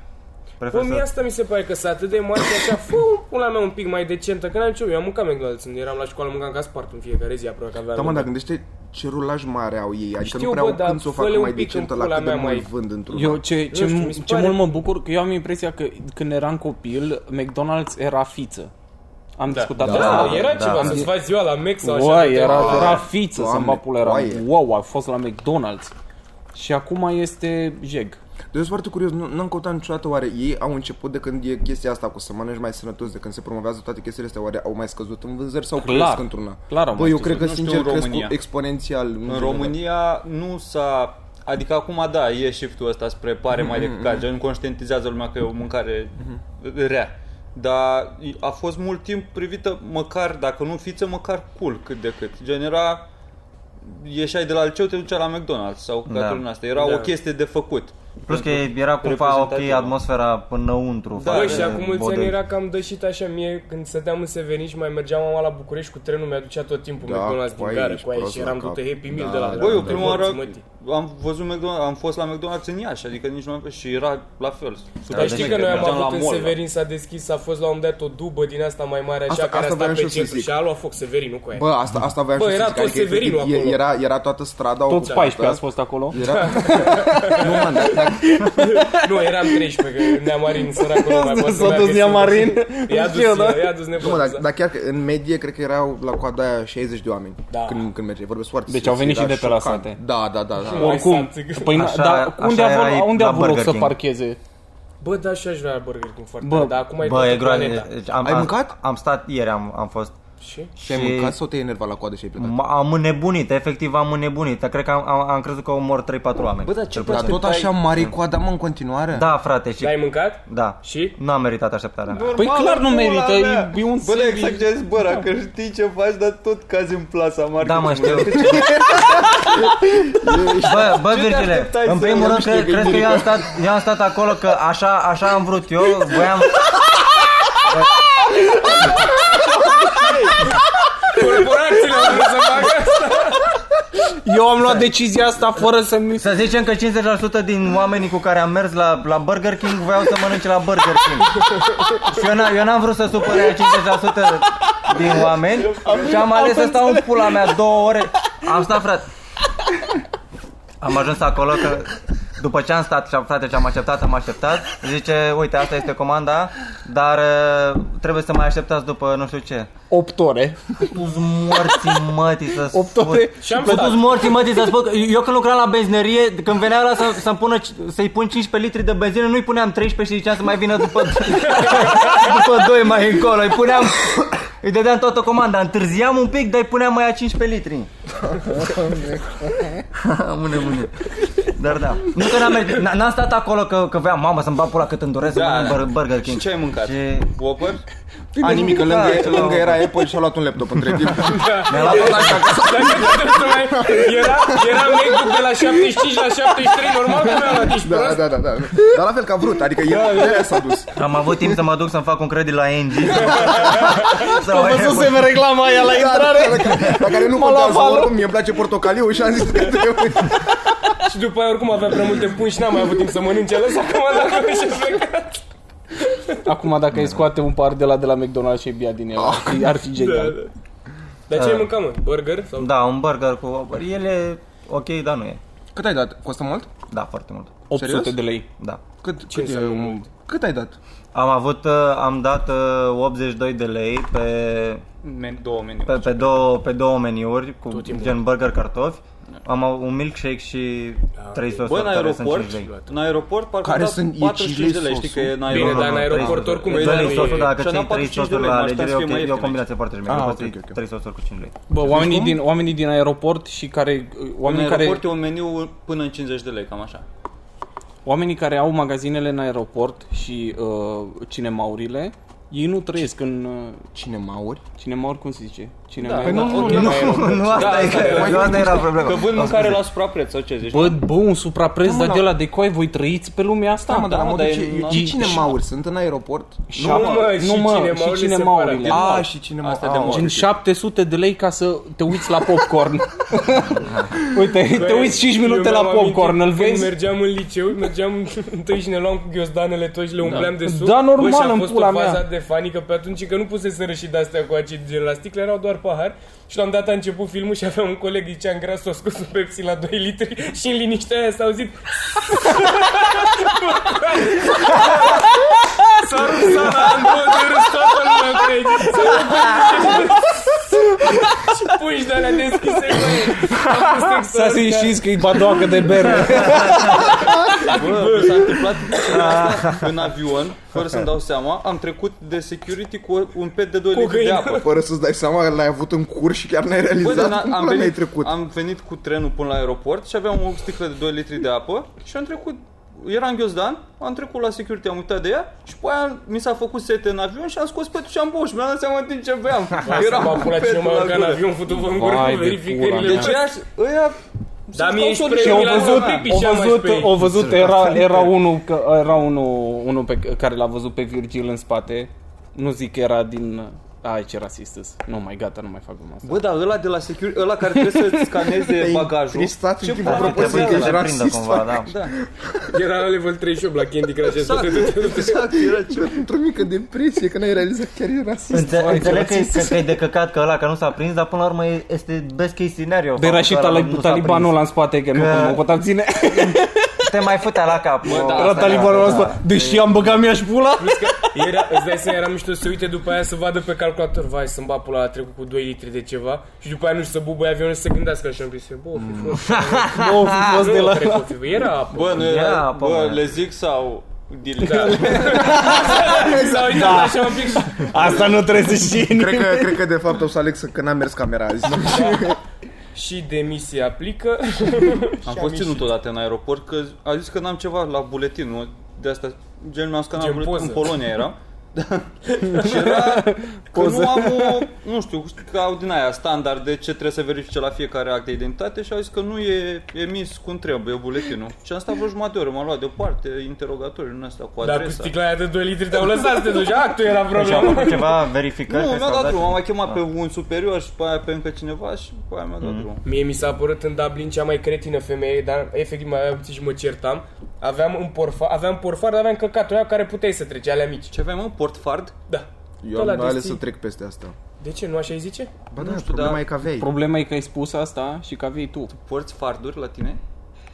S1: Prefer
S3: Bă, Păi, mie
S1: să...
S3: asta mi se pare că s-a atât de mare așa, fă un pula mea un pic mai decentă, că n-am nicio, eu am mâncat McDonald's, când eram la școală, mâncam ca spart în fiecare zi, aproape că aveam.
S4: Da, mă, dar
S3: nevoie.
S4: gândește ce rulaj mare au ei, adică
S3: Știu,
S4: nu prea
S3: bă,
S4: au
S3: dar
S4: când să o
S3: fă-le
S4: facă
S3: un
S4: mai
S3: pic în
S4: decentă la
S3: pula
S4: cât de
S3: mea
S4: mult mai...
S3: mai-
S4: vând într-un
S2: Eu ce, ce,
S3: știu, mi se
S2: ce, ce
S3: pare-
S2: mult mă bucur, că eu am impresia că când eram copil, McDonald's era fiță. Am discutat
S1: Da,
S2: asta.
S3: Da, era
S1: da.
S3: ceva, să-ți faci ziua la Mac sau așa.
S2: Uai,
S3: te-
S2: era, era
S4: Doamne,
S2: fiță să
S4: Doamne,
S2: mapul era.
S4: oaie.
S2: Wow, a fost la McDonald's. Și acum este jeg.
S4: Deci sunt foarte curios, nu, n-am căutat niciodată oare ei au început de când e chestia asta cu să mănânci mai sănătos, de când se promovează toate chestiile astea, oare au mai scăzut în vânzări sau
S2: Clar.
S4: cresc într-una?
S2: Clar au
S4: Bă,
S2: mai
S4: eu
S2: scăzut.
S4: cred că
S5: Nu știu
S4: sincer
S5: în
S4: cresc
S5: România.
S4: exponențial.
S5: În România nu s-a... Adică acum, da, e shift-ul ăsta spre pare mai decât ca gen, conștientizează lumea că e o mâncare rea. Dar a fost mult timp privită, măcar, dacă nu fiță, măcar cool cât de cât. Gen, era... Ieșai de la liceu, te ducea la McDonald's sau
S1: Da.
S5: da. asta. Era
S3: Da.
S5: o chestie de făcut.
S1: Plus că era cumva ok
S5: reprezentativă.
S1: atmosfera pânăuntru.
S5: Da,
S1: față
S3: Bă,
S5: de
S3: și
S1: de
S3: acum mulți ani
S1: bodei.
S3: era cam dășit așa mie când stăteam în Severin și mai mergeam mama la București cu trenul, mi-aducea tot timpul
S4: Da,
S3: McDonald's
S4: cu aia
S3: din gară
S4: ești
S3: cu aia
S4: prost
S3: și
S4: la
S3: eram
S4: cap.
S3: dute Happy Meal
S4: Da,
S3: de la
S4: da,
S5: Băi, eu
S4: da,
S5: prima oară, am văzut McDonald's, am fost la McDonald's în Iași, adică nici nu am și era la fel.
S3: Dar știi că noi am
S5: Mergeam la
S3: avut în
S5: mall,
S3: Severin s-a deschis, a fost la un moment dat o dubă din asta mai mare așa
S4: Asta-
S3: care
S4: asta
S3: a stat
S4: voiam și
S3: pe
S4: eu să
S3: centru
S4: zic.
S3: și a luat foc Severin, nu cu aia.
S4: Bă, asta, asta voiam
S3: Bă,
S4: și
S3: era
S4: să zic,
S3: tot Severinul
S4: efectiv, e-
S3: acolo. Da.
S4: Era, era toată strada
S2: Toți
S4: ocupată.
S2: 14 ați fost acolo?
S4: Era... nu, mă, dar dacă-
S3: Nu, eram 13, că Neamarin săracul nu mai poate
S2: S-a dus Neamarin.
S3: I-a dus,
S2: Știu, da.
S3: i-a dus
S4: nu, mă, dar,
S3: nebunul.
S4: dar chiar că în medie cred că erau la coada aia 60 de oameni
S3: Da.
S4: când, când mergeai. Vorbesc foarte
S2: Deci
S4: serios,
S2: au venit
S4: era
S2: și de pe la
S4: șocant.
S2: sate.
S4: Da, da, da. da.
S2: Oricum,
S3: Exact.
S2: păi,
S1: Așa-
S2: așa, dar
S1: așa
S2: unde
S1: erai
S2: a, unde
S1: la
S2: a avut loc
S1: Burger
S2: să
S1: King.
S2: parcheze?
S3: Bă, da, și aș vrea Burger King foarte
S2: Bă,
S3: tare, dar acum e
S1: Bă,
S3: toată
S1: e
S3: planeta.
S1: groaznic. Deci Am,
S4: Ai
S1: am-
S4: mâncat?
S1: Am stat ieri, am, am fost
S3: Și?
S4: Și ai
S1: Și-
S4: mâncat sau te-ai enervat la coadă și ai plecat?
S1: M- Am înnebunit, efectiv am înnebunit. Dar Cred că am, am, am crezut că omor 3-4 oameni.
S5: Bă, dar ce
S4: Dar tot așa mare e coada, mă, în continuare?
S1: Da, frate, și...
S3: L-ai mâncat?
S1: Da.
S3: Și?
S1: Nu am meritat așteptarea mea.
S2: Păi clar nu merită, e- e un Da.
S5: Bă, da,
S2: sandwich.
S5: exact ce ai zis, bă, că știi ce faci, dar tot cazi în plasa mare.
S1: Da, mă, știu. Bă, bă, Virgile,
S5: așteptai
S1: în
S5: să
S1: primul
S5: iei
S1: rând,
S5: niște
S1: cred, cred că eu am stat, eu am stat acolo, că așa, așa am vrut eu, voiam...
S3: Corporațiile au Da, vrut să facă asta.
S2: Eu am luat decizia asta fără să mi
S1: Să zicem că 50% din oamenii cu care am mers la, la Burger King voiau să mănânce la Burger King. Și eu, n- eu n-am vrut să supăr aia 50% din oameni și am ales să stau în pula mea două ore. Am stat, frate. Am ajuns acolo că după ce am stat și am, frate, ce am așteptat, am așteptat, zice, uite, asta este comanda, dar uh, trebuie să mai așteptați după nu știu ce.
S2: 8 ore.
S1: Pus morții mătii să spun.
S2: 8 ore.
S3: Și am
S1: Pe
S3: stat.
S1: dus morții, mă, ți să spun că eu când lucram la benzinerie, când venea ăla să, să-mi pună, să-i pun 15 litri de benzină, nu-i puneam 13 și ziceam să mai vină după, după 2 mai încolo, îi puneam, îi dădeam toată comanda, întârziam un pic, dar îi puneam mai a 15 litri. mâne, mâne. Dar da, nu că n-am, merit- n- n-am stat acolo că, că vreau, mamă, să-mi bag pula cât îmi doresc să
S5: Da,
S1: mănânc
S5: da.
S1: Bur- Burger King.
S5: Și ce ai mâncat?
S1: Și
S5: Whopper?
S4: A, nimic, că
S1: Da,
S4: lângă,
S1: ce
S4: lângă
S1: la-
S4: era Apple și a luat un laptop între timp.
S1: mi-a luat
S3: Dacă trebuie să mai... Era, era make de la 75 la 73, normal că mi-a luat ești
S4: Da,
S3: prost.
S4: da, da, da. Dar la fel că a vrut, adică el de aia s-a dus.
S1: Am avut timp să mă duc să-mi fac un credit la NG. Să mai-
S2: Văzusem reclama aia
S4: Da,
S2: la intrare.
S4: La care nu
S2: M-a luat
S4: contează
S2: valul.
S4: oricum, mie îmi place portocaliu și am zis că trebuie.
S3: Și după aia oricum avea prea multe puni și n-am mai avut timp să mănânce ales acum dacă nu și
S2: Acum dacă îi scoate un par de la de la McDonald's și bia din el, ar fi- ar fi genial.
S3: Dar
S2: Ah.
S3: ce ai mâncat, mă? Burger? Sau...
S1: Da, un burger cu... El e ok, dar nu e.
S4: Cât ai dat? Costă mult?
S1: Da, foarte mult.
S2: 800
S4: Serios?
S2: de lei.
S1: Da.
S4: Cât, cât, e, un... cât ai dat?
S1: Am avut, uh, am dat uh, 82 de lei pe,
S5: Men, două meniu.
S1: pe, pe, două, pe două meniuri, cu gen burger cartofi. Am au- un milkshake și trei
S5: Bă,
S1: sosuri
S5: în
S1: care sunt
S5: aeroport,
S1: 5 lei.
S5: în aeroport parcă
S4: Care
S5: am dat
S4: sunt- e
S5: 45 de lei,
S4: cinci lei
S5: știi că e în
S1: Nu,
S5: aeroport.
S1: nu,
S3: dar
S1: nu,
S3: în aeroport
S1: 30 de
S3: oricum
S1: lei.
S3: e
S1: Doi
S3: mai
S1: lei sosul,
S3: ieftin.
S1: dacă
S5: Și-am
S1: cei
S5: dat
S1: 3
S5: 45 de
S1: sosuri la
S5: lei, m-aș
S1: alegere, e
S5: da să fie
S1: ok,
S5: mai
S1: e o
S5: ieftin.
S1: combinație foarte
S4: Ah,
S1: jumătate.
S4: ok,
S1: Poți
S4: ok, ok.
S1: 3 sosuri cu 5 lei.
S2: Bă, oamenii din, oamenii din aeroport și care,
S5: În
S2: oamenii care,
S5: aeroport e un meniu până în 50 de lei, cam așa.
S2: oamenii care au magazinele în aeroport și uh, cinemaurile, ei nu trăiesc în uh,
S4: Cinemauri?
S2: cinemauri, cum se zice? Cinemauri.
S5: Păi nu, nu,
S2: În
S5: nu,
S2: aeroport.
S1: Nu,
S5: Da,
S1: asta e
S5: asta
S1: că-
S5: e.
S1: nu, asta era problema.
S5: Că vând
S1: Am
S5: mâncare
S1: spus.
S5: la suprapreț sau ce zici?
S2: Bă, bă, un suprapreț,
S4: mă,
S2: dar de
S4: la-
S2: la de coi voi trăiți pe lumea asta?
S4: Da, mă, dar la
S5: da,
S4: modul
S5: dar
S4: ce,
S5: e-
S4: eu- ce
S2: e-
S4: cinemauri sunt în aeroport?
S2: Și-
S3: Nu, mă, și
S2: nu, mă,
S3: cinemaurile
S2: și cinemaurile.
S3: separate.
S4: A, și cinemauri.
S5: Asta e de
S4: Ah,
S5: mult.
S2: Gen
S4: ok.
S2: 700 de lei ca să te uiți la popcorn. Uite, te uiți 5 minute
S3: Eu
S2: la
S3: mi-am amintit
S2: popcorn, îl
S3: când
S2: vezi?
S3: mergeam în liceu, mergeam întâi și ne luam cu ghiozdanele toți și le umpleam de suc.
S2: Da, normal,
S3: Bă, și a
S2: în
S3: fost
S2: pula
S3: o faza
S2: mea.
S3: de fanică pe atunci că nu puseseră și de-astea cu acid gel la sticle, erau doar pahar. Și la un dat a început filmul și aveam un coleg, Icean Gras, o scos un Pepsi la 2 litri și în liniștea aia s-a auzit... S-a rupt sala, am două de râs toată lumea cu ei. S-a rupt. Și puși de alea deschise, băi. Am pus textul
S2: Să
S3: ăsta.
S2: se știți că e badoacă de bere.
S5: Bă, mi s-a întâmplat asta în avion, fără să-mi dau seama, am trecut de security cu un pet de 2 litri de
S3: găină.
S5: apă.
S4: Fără să-ți dai seama, l-ai avut în curs și chiar n-ai
S5: Bă,
S4: realizat
S5: dar
S4: cum
S5: am,
S4: pula mea ai
S5: venit,
S4: trecut.
S5: am venit cu trenul până la aeroport și aveam o sticlă de 2 litri de apă și am trecut era în ghiozdan, am trecut la security, am uitat de ea și pe aia mi s-a făcut sete în avion și am scos petul și am băut și mi-am dat seama în timp ce beam.
S3: Era
S5: Eram
S3: m-a
S5: cu
S3: pula cine
S5: petul
S3: mai
S5: la
S3: urca în
S5: gură.
S3: avion, futu vă în gură
S2: Vai
S3: cu
S2: de pula
S3: verificările.
S2: mea.
S5: Deci ea, ăia
S3: Da, mie ești
S5: consol
S3: pre-
S2: Și
S5: de la
S2: au
S3: Mi-l-am
S2: văzut,
S5: mea.
S3: pipi
S2: au
S3: și am
S2: văzut,
S3: mai
S2: au văzut, era, era unul, că, era unul, unul pe care l-a văzut pe Virgil în spate. Nu zic că era din Ai, ce rasist îs. Nu mai gata, nu mai fac gluma asta.
S5: Bă, da, ăla de la security, ăla care trebuie să-ți scaneze bagajul.
S4: Tristat în timpul
S5: pula
S1: Da,
S5: mea
S1: Trebuie
S4: propoziției
S5: trebuie
S4: că
S1: să le
S4: ești
S1: prindă
S4: rasist.
S1: cumva, da.
S5: Da,
S3: Era la level 38 la Candy Crush.
S5: exact, exact, era ce...
S4: Într-o mică depresie că n-ai realizat chiar e rasist.
S1: Înțe- Înțeleg că, e- că, că e de căcat că ăla că nu s-a prins, dar până la urmă e- este best case scenario.
S2: Bă, era
S1: faptul
S2: și
S1: că ăla
S2: tali-
S1: nu s-a
S2: talibanul
S1: prins.
S2: ăla în spate, că nu
S1: Că-
S2: mă pot abține.
S1: Te mai futea la cap. Bă,
S5: da,
S2: Era
S5: asta
S2: talibanul ăla în spate. Deși am băgat mea și pula.
S3: Era, îți dai seama, era mișto să se uite după aia să vadă pe calculator Vai, să-mi bat pula, a trecut cu 2 litri de ceva Și după aia nu știu să bubăie avionul și să gândească așa în pisică Bă, o fi fost,
S2: Bă, o fi Mm. fost de
S3: nu,
S2: la...
S3: cred că o fi fost. era apă
S5: Bă, nu
S1: Ia,
S5: era,
S1: apă,
S5: bă,
S1: mă.
S5: le zic sau... Dil-
S3: S-a uitat
S2: Da.
S3: așa un pic și
S2: Asta nu trebuie să știi
S4: Cred că, cred că de fapt o să aleg să, că n-a mers camera azi.
S3: Și demisia aplică
S5: Am fost ținut odată în aeroport că a zis că n-am ceva la buletin, nu? De asta, gen, mi-am scanat
S3: Gen
S5: buletin, în
S3: poză.
S5: Polonia eram. și era că nu am o, nu știu, că au din aia standard de ce trebuie să verifice la fiecare act de identitate și au zis că nu e emis cum trebuie buletinul. Și am stat vreo jumătate de oră, m-a luat deoparte, interrogatoriu, în asta, cu
S3: Dar cu
S5: adresa.
S3: sticla aia de 2 litri te-au lăsat să te duci Actul era
S1: Și am
S3: problema
S1: făcut ceva verificări.
S5: nu,
S1: că
S5: mi-a
S1: s-au
S5: dat Ah. drumul, am
S1: și-
S5: mai chemat pe un superior și pe aia pe încă cineva și pe aia mi-a dat drumul.
S3: Mie mi s-a părut în Dublin cea mai cretină femeie, dar efectiv mai aveam puțin și mă certam. Aveam un porfar, aveam porfar, dar aveam căcatul ăla care puteai să treci, alea mici.
S5: Ce aveai, mă? Portfard?
S3: Da.
S4: Eu
S3: Ăla
S4: am
S3: de
S4: ales
S3: stil.
S4: să trec peste asta.
S3: De ce? Nu așa îi zice?
S4: Ba da,
S5: știu,
S4: problema
S5: dar-
S4: e că aveai.
S2: Problema e că ai spus asta și că vii tu.
S5: Porți farduri la tine?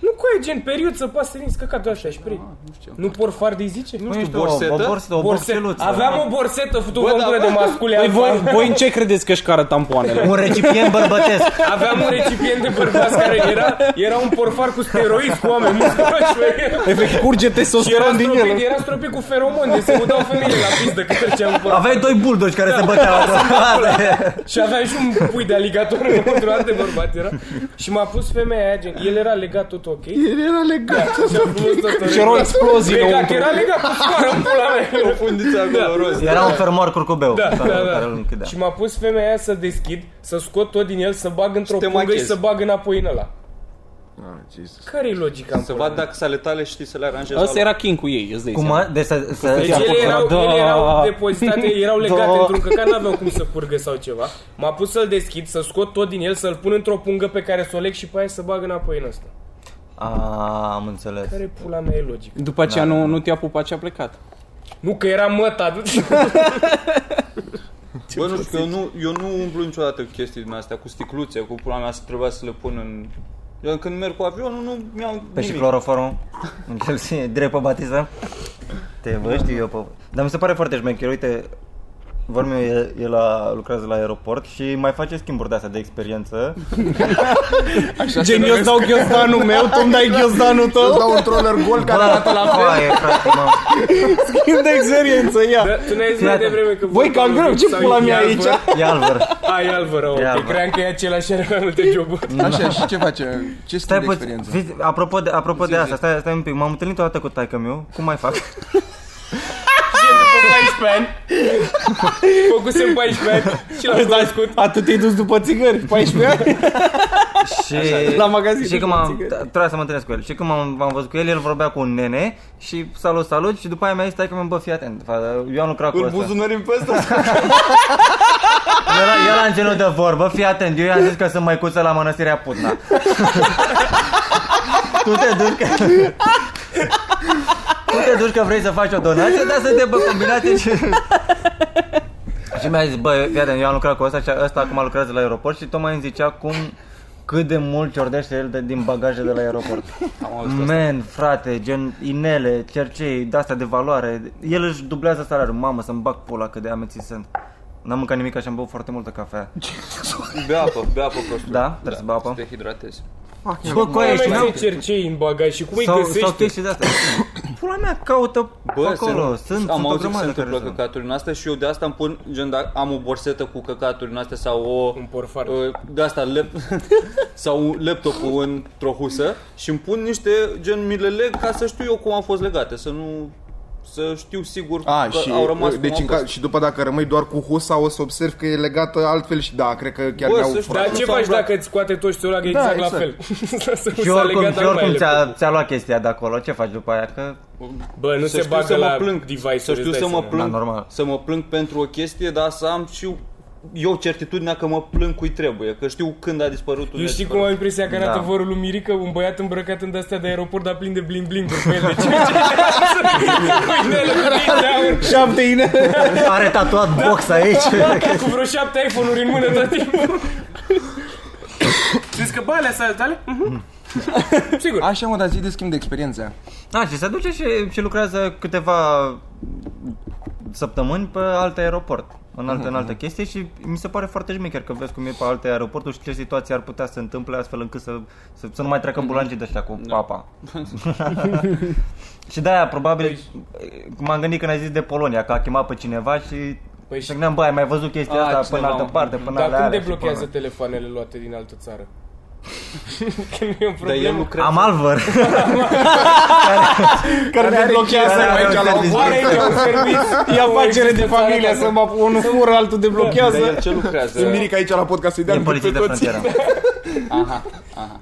S3: Nu cu e gen periuță, poate să rinzi căcatul așa și prin.
S5: Ah,
S2: Ah.
S5: Nu știu.
S3: Nu porfar de zice?
S2: Păi,
S1: Nu
S5: Nu știu,
S1: știu, o-
S5: borsetă?
S1: o borsetă, o boxeluță.
S3: Aveam o borsetă fătută
S5: Bă,
S3: în
S5: da,
S3: gură
S5: bă.
S3: de mascule
S2: Păi voi,
S3: alfa.
S2: voi în ce credeți că își cară tampoanele?
S1: un recipient bărbătesc.
S3: Aveam un recipient de bărbați care era, era un porfar cu steroizi cu oameni musculoși.
S2: Efectiv, curge
S3: Și era
S2: testosteron Păi, din
S3: stropit,
S2: el.
S3: era stropit cu feromon, de se mutau femeile la pizdă când treceam pe
S1: Aveai doi buldogi care se băteau acolo.
S3: Și aveam și un pui de aligator înăuntru, alt de bărbat era. Și m-a pus femeia aia, gen, el era legat tot ok. Și
S4: El era legat.
S3: a frumos tot
S2: Și erau explozii
S3: Legat,
S2: înăuntru. Păi,
S3: era legat cu scoară în pula mea.
S5: Fundița acolo, roz.
S1: Era un fermoar curcubeu.
S3: Da,
S1: sau-
S3: da,
S1: care îl
S3: da.
S1: închidea.
S3: Și m-a pus femeia aia să deschid, să scot tot din el, să bag într-o
S5: te
S3: pungă și
S5: machezi.
S3: să bag înapoi în ăla.
S4: Ah, Jesus.
S3: Care-i logica? în
S5: Să
S3: pula
S5: vad
S3: mea?
S5: dacă sale tale știi să le aranjezi.
S2: Asta era king cu ei, îți dai
S1: Cum
S2: seama.
S1: mă? Deci să... să
S3: Deci ele erau,
S2: Da.
S3: ele erau depozitate, erau legate
S2: Da.
S3: într-un căcat, n-aveau cum să curgă sau ceva. M-a pus să-l deschid, să scot tot din el, să-l pun într-o pungă pe care să o leg și pe aia să bag înapoi în ăsta.
S1: A, Ah, am înțeles.
S3: Care pula mea e logică?
S2: După aceea nu, nu te-a pupat și a plecat.
S3: Nu, că era măta. du-te.
S5: Bă, nu știu, că eu nu, eu nu umplu niciodată cu chestii din astea, cu sticluțe, cu pula mea, să trebuia să le pun în... Eu când merg cu avionul, nu mi-au
S1: Pe și
S5: nimic.
S1: cloroformul? În Chelsea, direct pe batiză? Te vă știu eu pe... Dar mi se pare foarte șmecher, uite, Vormeu, el, el a, lucrează la aeroport și mai face schimburi de astea de experiență.
S2: Gen, eu îți dau ghiozdanul meu, tu îmi dai ghiozdanul tău.
S4: Îți dau un troller gol care arată Da, la fel.
S1: Aia, frate, mă.
S2: Schimb de experiență, ia.
S3: Da, tu ne-ai zis mai
S1: Iată.
S3: devreme că...
S2: Voi, cam greu, ce
S3: sau
S2: pula
S3: e
S2: mea
S3: albă.
S2: aici?
S1: E alvăr.
S3: Ai albă, rău,
S1: E
S3: ok.
S1: albă.
S3: Cream că e același, are mai multe joburi.
S4: da, Așa, și ce face? Ce
S1: Stai
S4: stai de
S1: puțin,
S4: experiență?
S1: vezi, apropo de, apropo de asta, stai, stai un pic, m-am întâlnit o dată cu taică meu, cum mai fac?
S3: După 14 ani, făcusem 14 ani și l-am cunoscut.
S2: Atât te-ai dus după țigări, 14 ani?
S1: Și
S2: la magazin
S1: Și
S2: de
S1: când m-am,
S2: țigări.
S1: da, trebuia să mă întâlnesc cu el. Și când m-am, m-am văzut cu el, el vorbea cu un nene și salut, salut și după aia mi-a zis, stai că mă bă, fii atent. fa- Eu am lucrat cu
S5: Îl
S1: ăsta.
S5: buzunărim pe ăsta.
S1: Era, era în genul de vorbă, fii atent, eu i-am zis că sunt măicuță la mănăstirea Putna. tu te duci că... tu te duci că vrei să faci o donație, dar suntem pe combinație și... și mi-a zis, bă, fii atent, eu am lucrat cu ăsta și ăsta acum lucrează la aeroport și tocmai îmi zicea cum cât de mult ciordește el de, din bagaje de la aeroport. Man, frate, gen inele, cercei, de-astea de valoare. El își dublează salariul. Mamă, să-mi bag pula cât de ameții sunt. N-am mâncat nimic, așa am băut foarte multă cafea.
S5: Bea apă, bea apă prostul.
S1: Da? Trebuie să bea apă?
S5: Să te hidratezi.
S1: Bă, cu aia ești,
S3: Mai
S1: n-am...
S3: mai cercei în bagaj și cum îi
S1: Sau, sau
S3: găsești?
S1: chestii de-astea. Pula mea, caută
S5: Bă,
S1: Bă, acolo.
S5: se-
S1: Sunt,
S5: am
S1: sunt o
S5: auzit că se
S1: grămadă care
S5: întâmplă
S1: sunt.
S5: căcaturi în astea și eu de asta îmi pun, gen, dacă am o borsetă cu căcaturi în astea sau o...
S3: Un porfar.
S5: uh, De asta, lap, sau un laptopul într-o husă și îmi pun niște, gen, mi le leg ca să știu eu cum am fost legate, să nu... Să știu sigur
S4: A,
S1: Ah,
S5: că
S4: și,
S5: au
S1: uh,
S5: rămas cum
S4: deci
S5: au
S4: în ca,
S5: fost.
S4: și după dacă rămâi doar cu Husa o să observi că e legată altfel și da, cred că chiar
S5: Bă,
S4: ne-au
S5: să știi,
S4: furat.
S3: Dar
S5: Nu
S3: ce
S5: s-a
S3: faci
S5: umblat.
S3: dacă îți scoate toți țuraga exact, exact la fel?
S4: exact.
S3: Să- să-
S1: Și
S3: s-a
S1: oricum,
S3: legat
S1: și oricum
S3: armaile.
S1: ți-a, ți-a luat chestia de acolo, ce faci după aia? Că
S3: Bă, nu
S5: Să
S3: se
S5: știu
S3: bagă
S5: să mă
S3: la
S5: plâng,
S3: device-uri,
S5: să știu
S3: îți
S5: să
S3: dai
S5: mă
S3: seama.
S5: plâng,
S1: Da, normal.
S5: să mă plâng pentru o chestie, dar să am și eu certitudinea că mă plâng cui trebuie, că știu când a dispărut unde
S3: Eu
S5: a
S3: știi cum
S5: dispărut.
S3: am impresia că în
S1: Da.
S3: atavorul lui Mirica, un băiat îmbrăcat în de-astea de aeroport, dar plin de bling-bling pe el. De ce? Mâinile cu din aur,
S2: Șapte inele.
S5: Da.
S1: are tatuat box aici.
S3: Cu vreo șapte iPhone-uri în mână tot timpul. Știți că bă, alea sunt tale? Mhm. Sigur.
S4: Așa mă, dar zi de schimb de experiența.
S1: Da, și se duce și, și lucrează câteva săptămâni pe alt aeroport. În alte, în alte chestii și mi se pare foarte șmecher că vezi cum e pe alte aeroporturi și ce situații ar putea să se întâmple astfel încât să, să, să nu mai treacă ambulancii de ăștia cu papa. și de-aia probabil m-am gândit când ai zis de Polonia, că a chemat pe cineva și
S3: Păi
S1: păi
S3: și-
S1: și gândeam, bă, ai mai văzut chestia
S5: A,
S1: asta până
S5: cineva,
S1: în altă
S5: mă.
S1: parte, până
S3: Dar
S1: la
S3: cum
S1: alea și
S3: deblochează
S1: până-
S3: telefoanele luate din altă țară? Că nu e o
S5: Dar el
S3: problemă.
S5: nu cred.
S1: Am alvăr.
S2: Care ne blochează
S1: Care are
S2: aici la
S1: un
S2: o
S1: serviciu.
S2: bară.
S3: Oare e un permis?
S2: E afacere de
S3: existență
S2: familie
S3: care-
S2: să mă unul fură, altul
S5: Dar
S2: deblochează.
S5: el ce lucrează?
S4: Mirica aici la podcast să-i dea
S1: E
S4: în gât
S1: poliție
S4: pe
S1: de
S4: toți.
S1: frontieră.
S5: Aha, aha.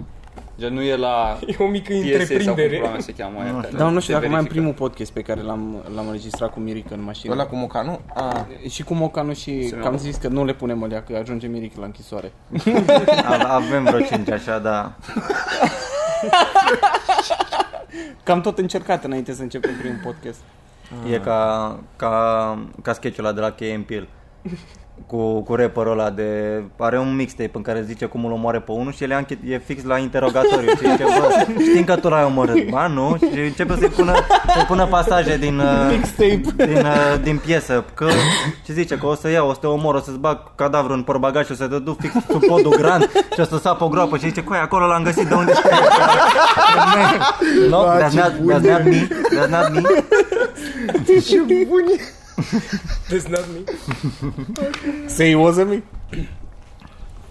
S5: Gen nu e la
S3: E o mică
S5: piese sau cum
S3: întreprindere.
S5: problema se cheamă aia. care
S2: Dar nu
S5: se
S2: știu dacă mai în
S5: verifică.
S2: primul podcast pe care l-am, l-am înregistrat cu Mirica în mașină.
S4: Ăla cu moca, nu? A,
S2: Și cu Mocanu și că am
S5: iau.
S2: zis că nu le punem alea, că ajunge Mirica la închisoare.
S1: Ave- Avem vreo 5 așa, da.
S2: Că am tot încercat înainte să începem primul podcast.
S1: E ca, ca, ca sketch-ul ăla de la Key and Peele. Cu, cu rapperul ăla de... Are un mixtape în care zice cum îl omoare pe unul și el e anchet- e fix la interogatoriu. Și zice, bă, știm că tu l-ai omorât. Ba, nu. Și începe să-i pună, să pună pasaje din... uh,
S2: Mixtape.
S1: din, uh, din piesă că, Și zice că o să iau, o să te omor O să-ți bag cadavru în porbagaj și o să te duc fix sub podul grand Și o să sap o groapă și zice Coi, acolo l-am găsit, de unde știi? no, that's not, that's not me That's not me
S3: That's not me.
S2: Say it wasn't me.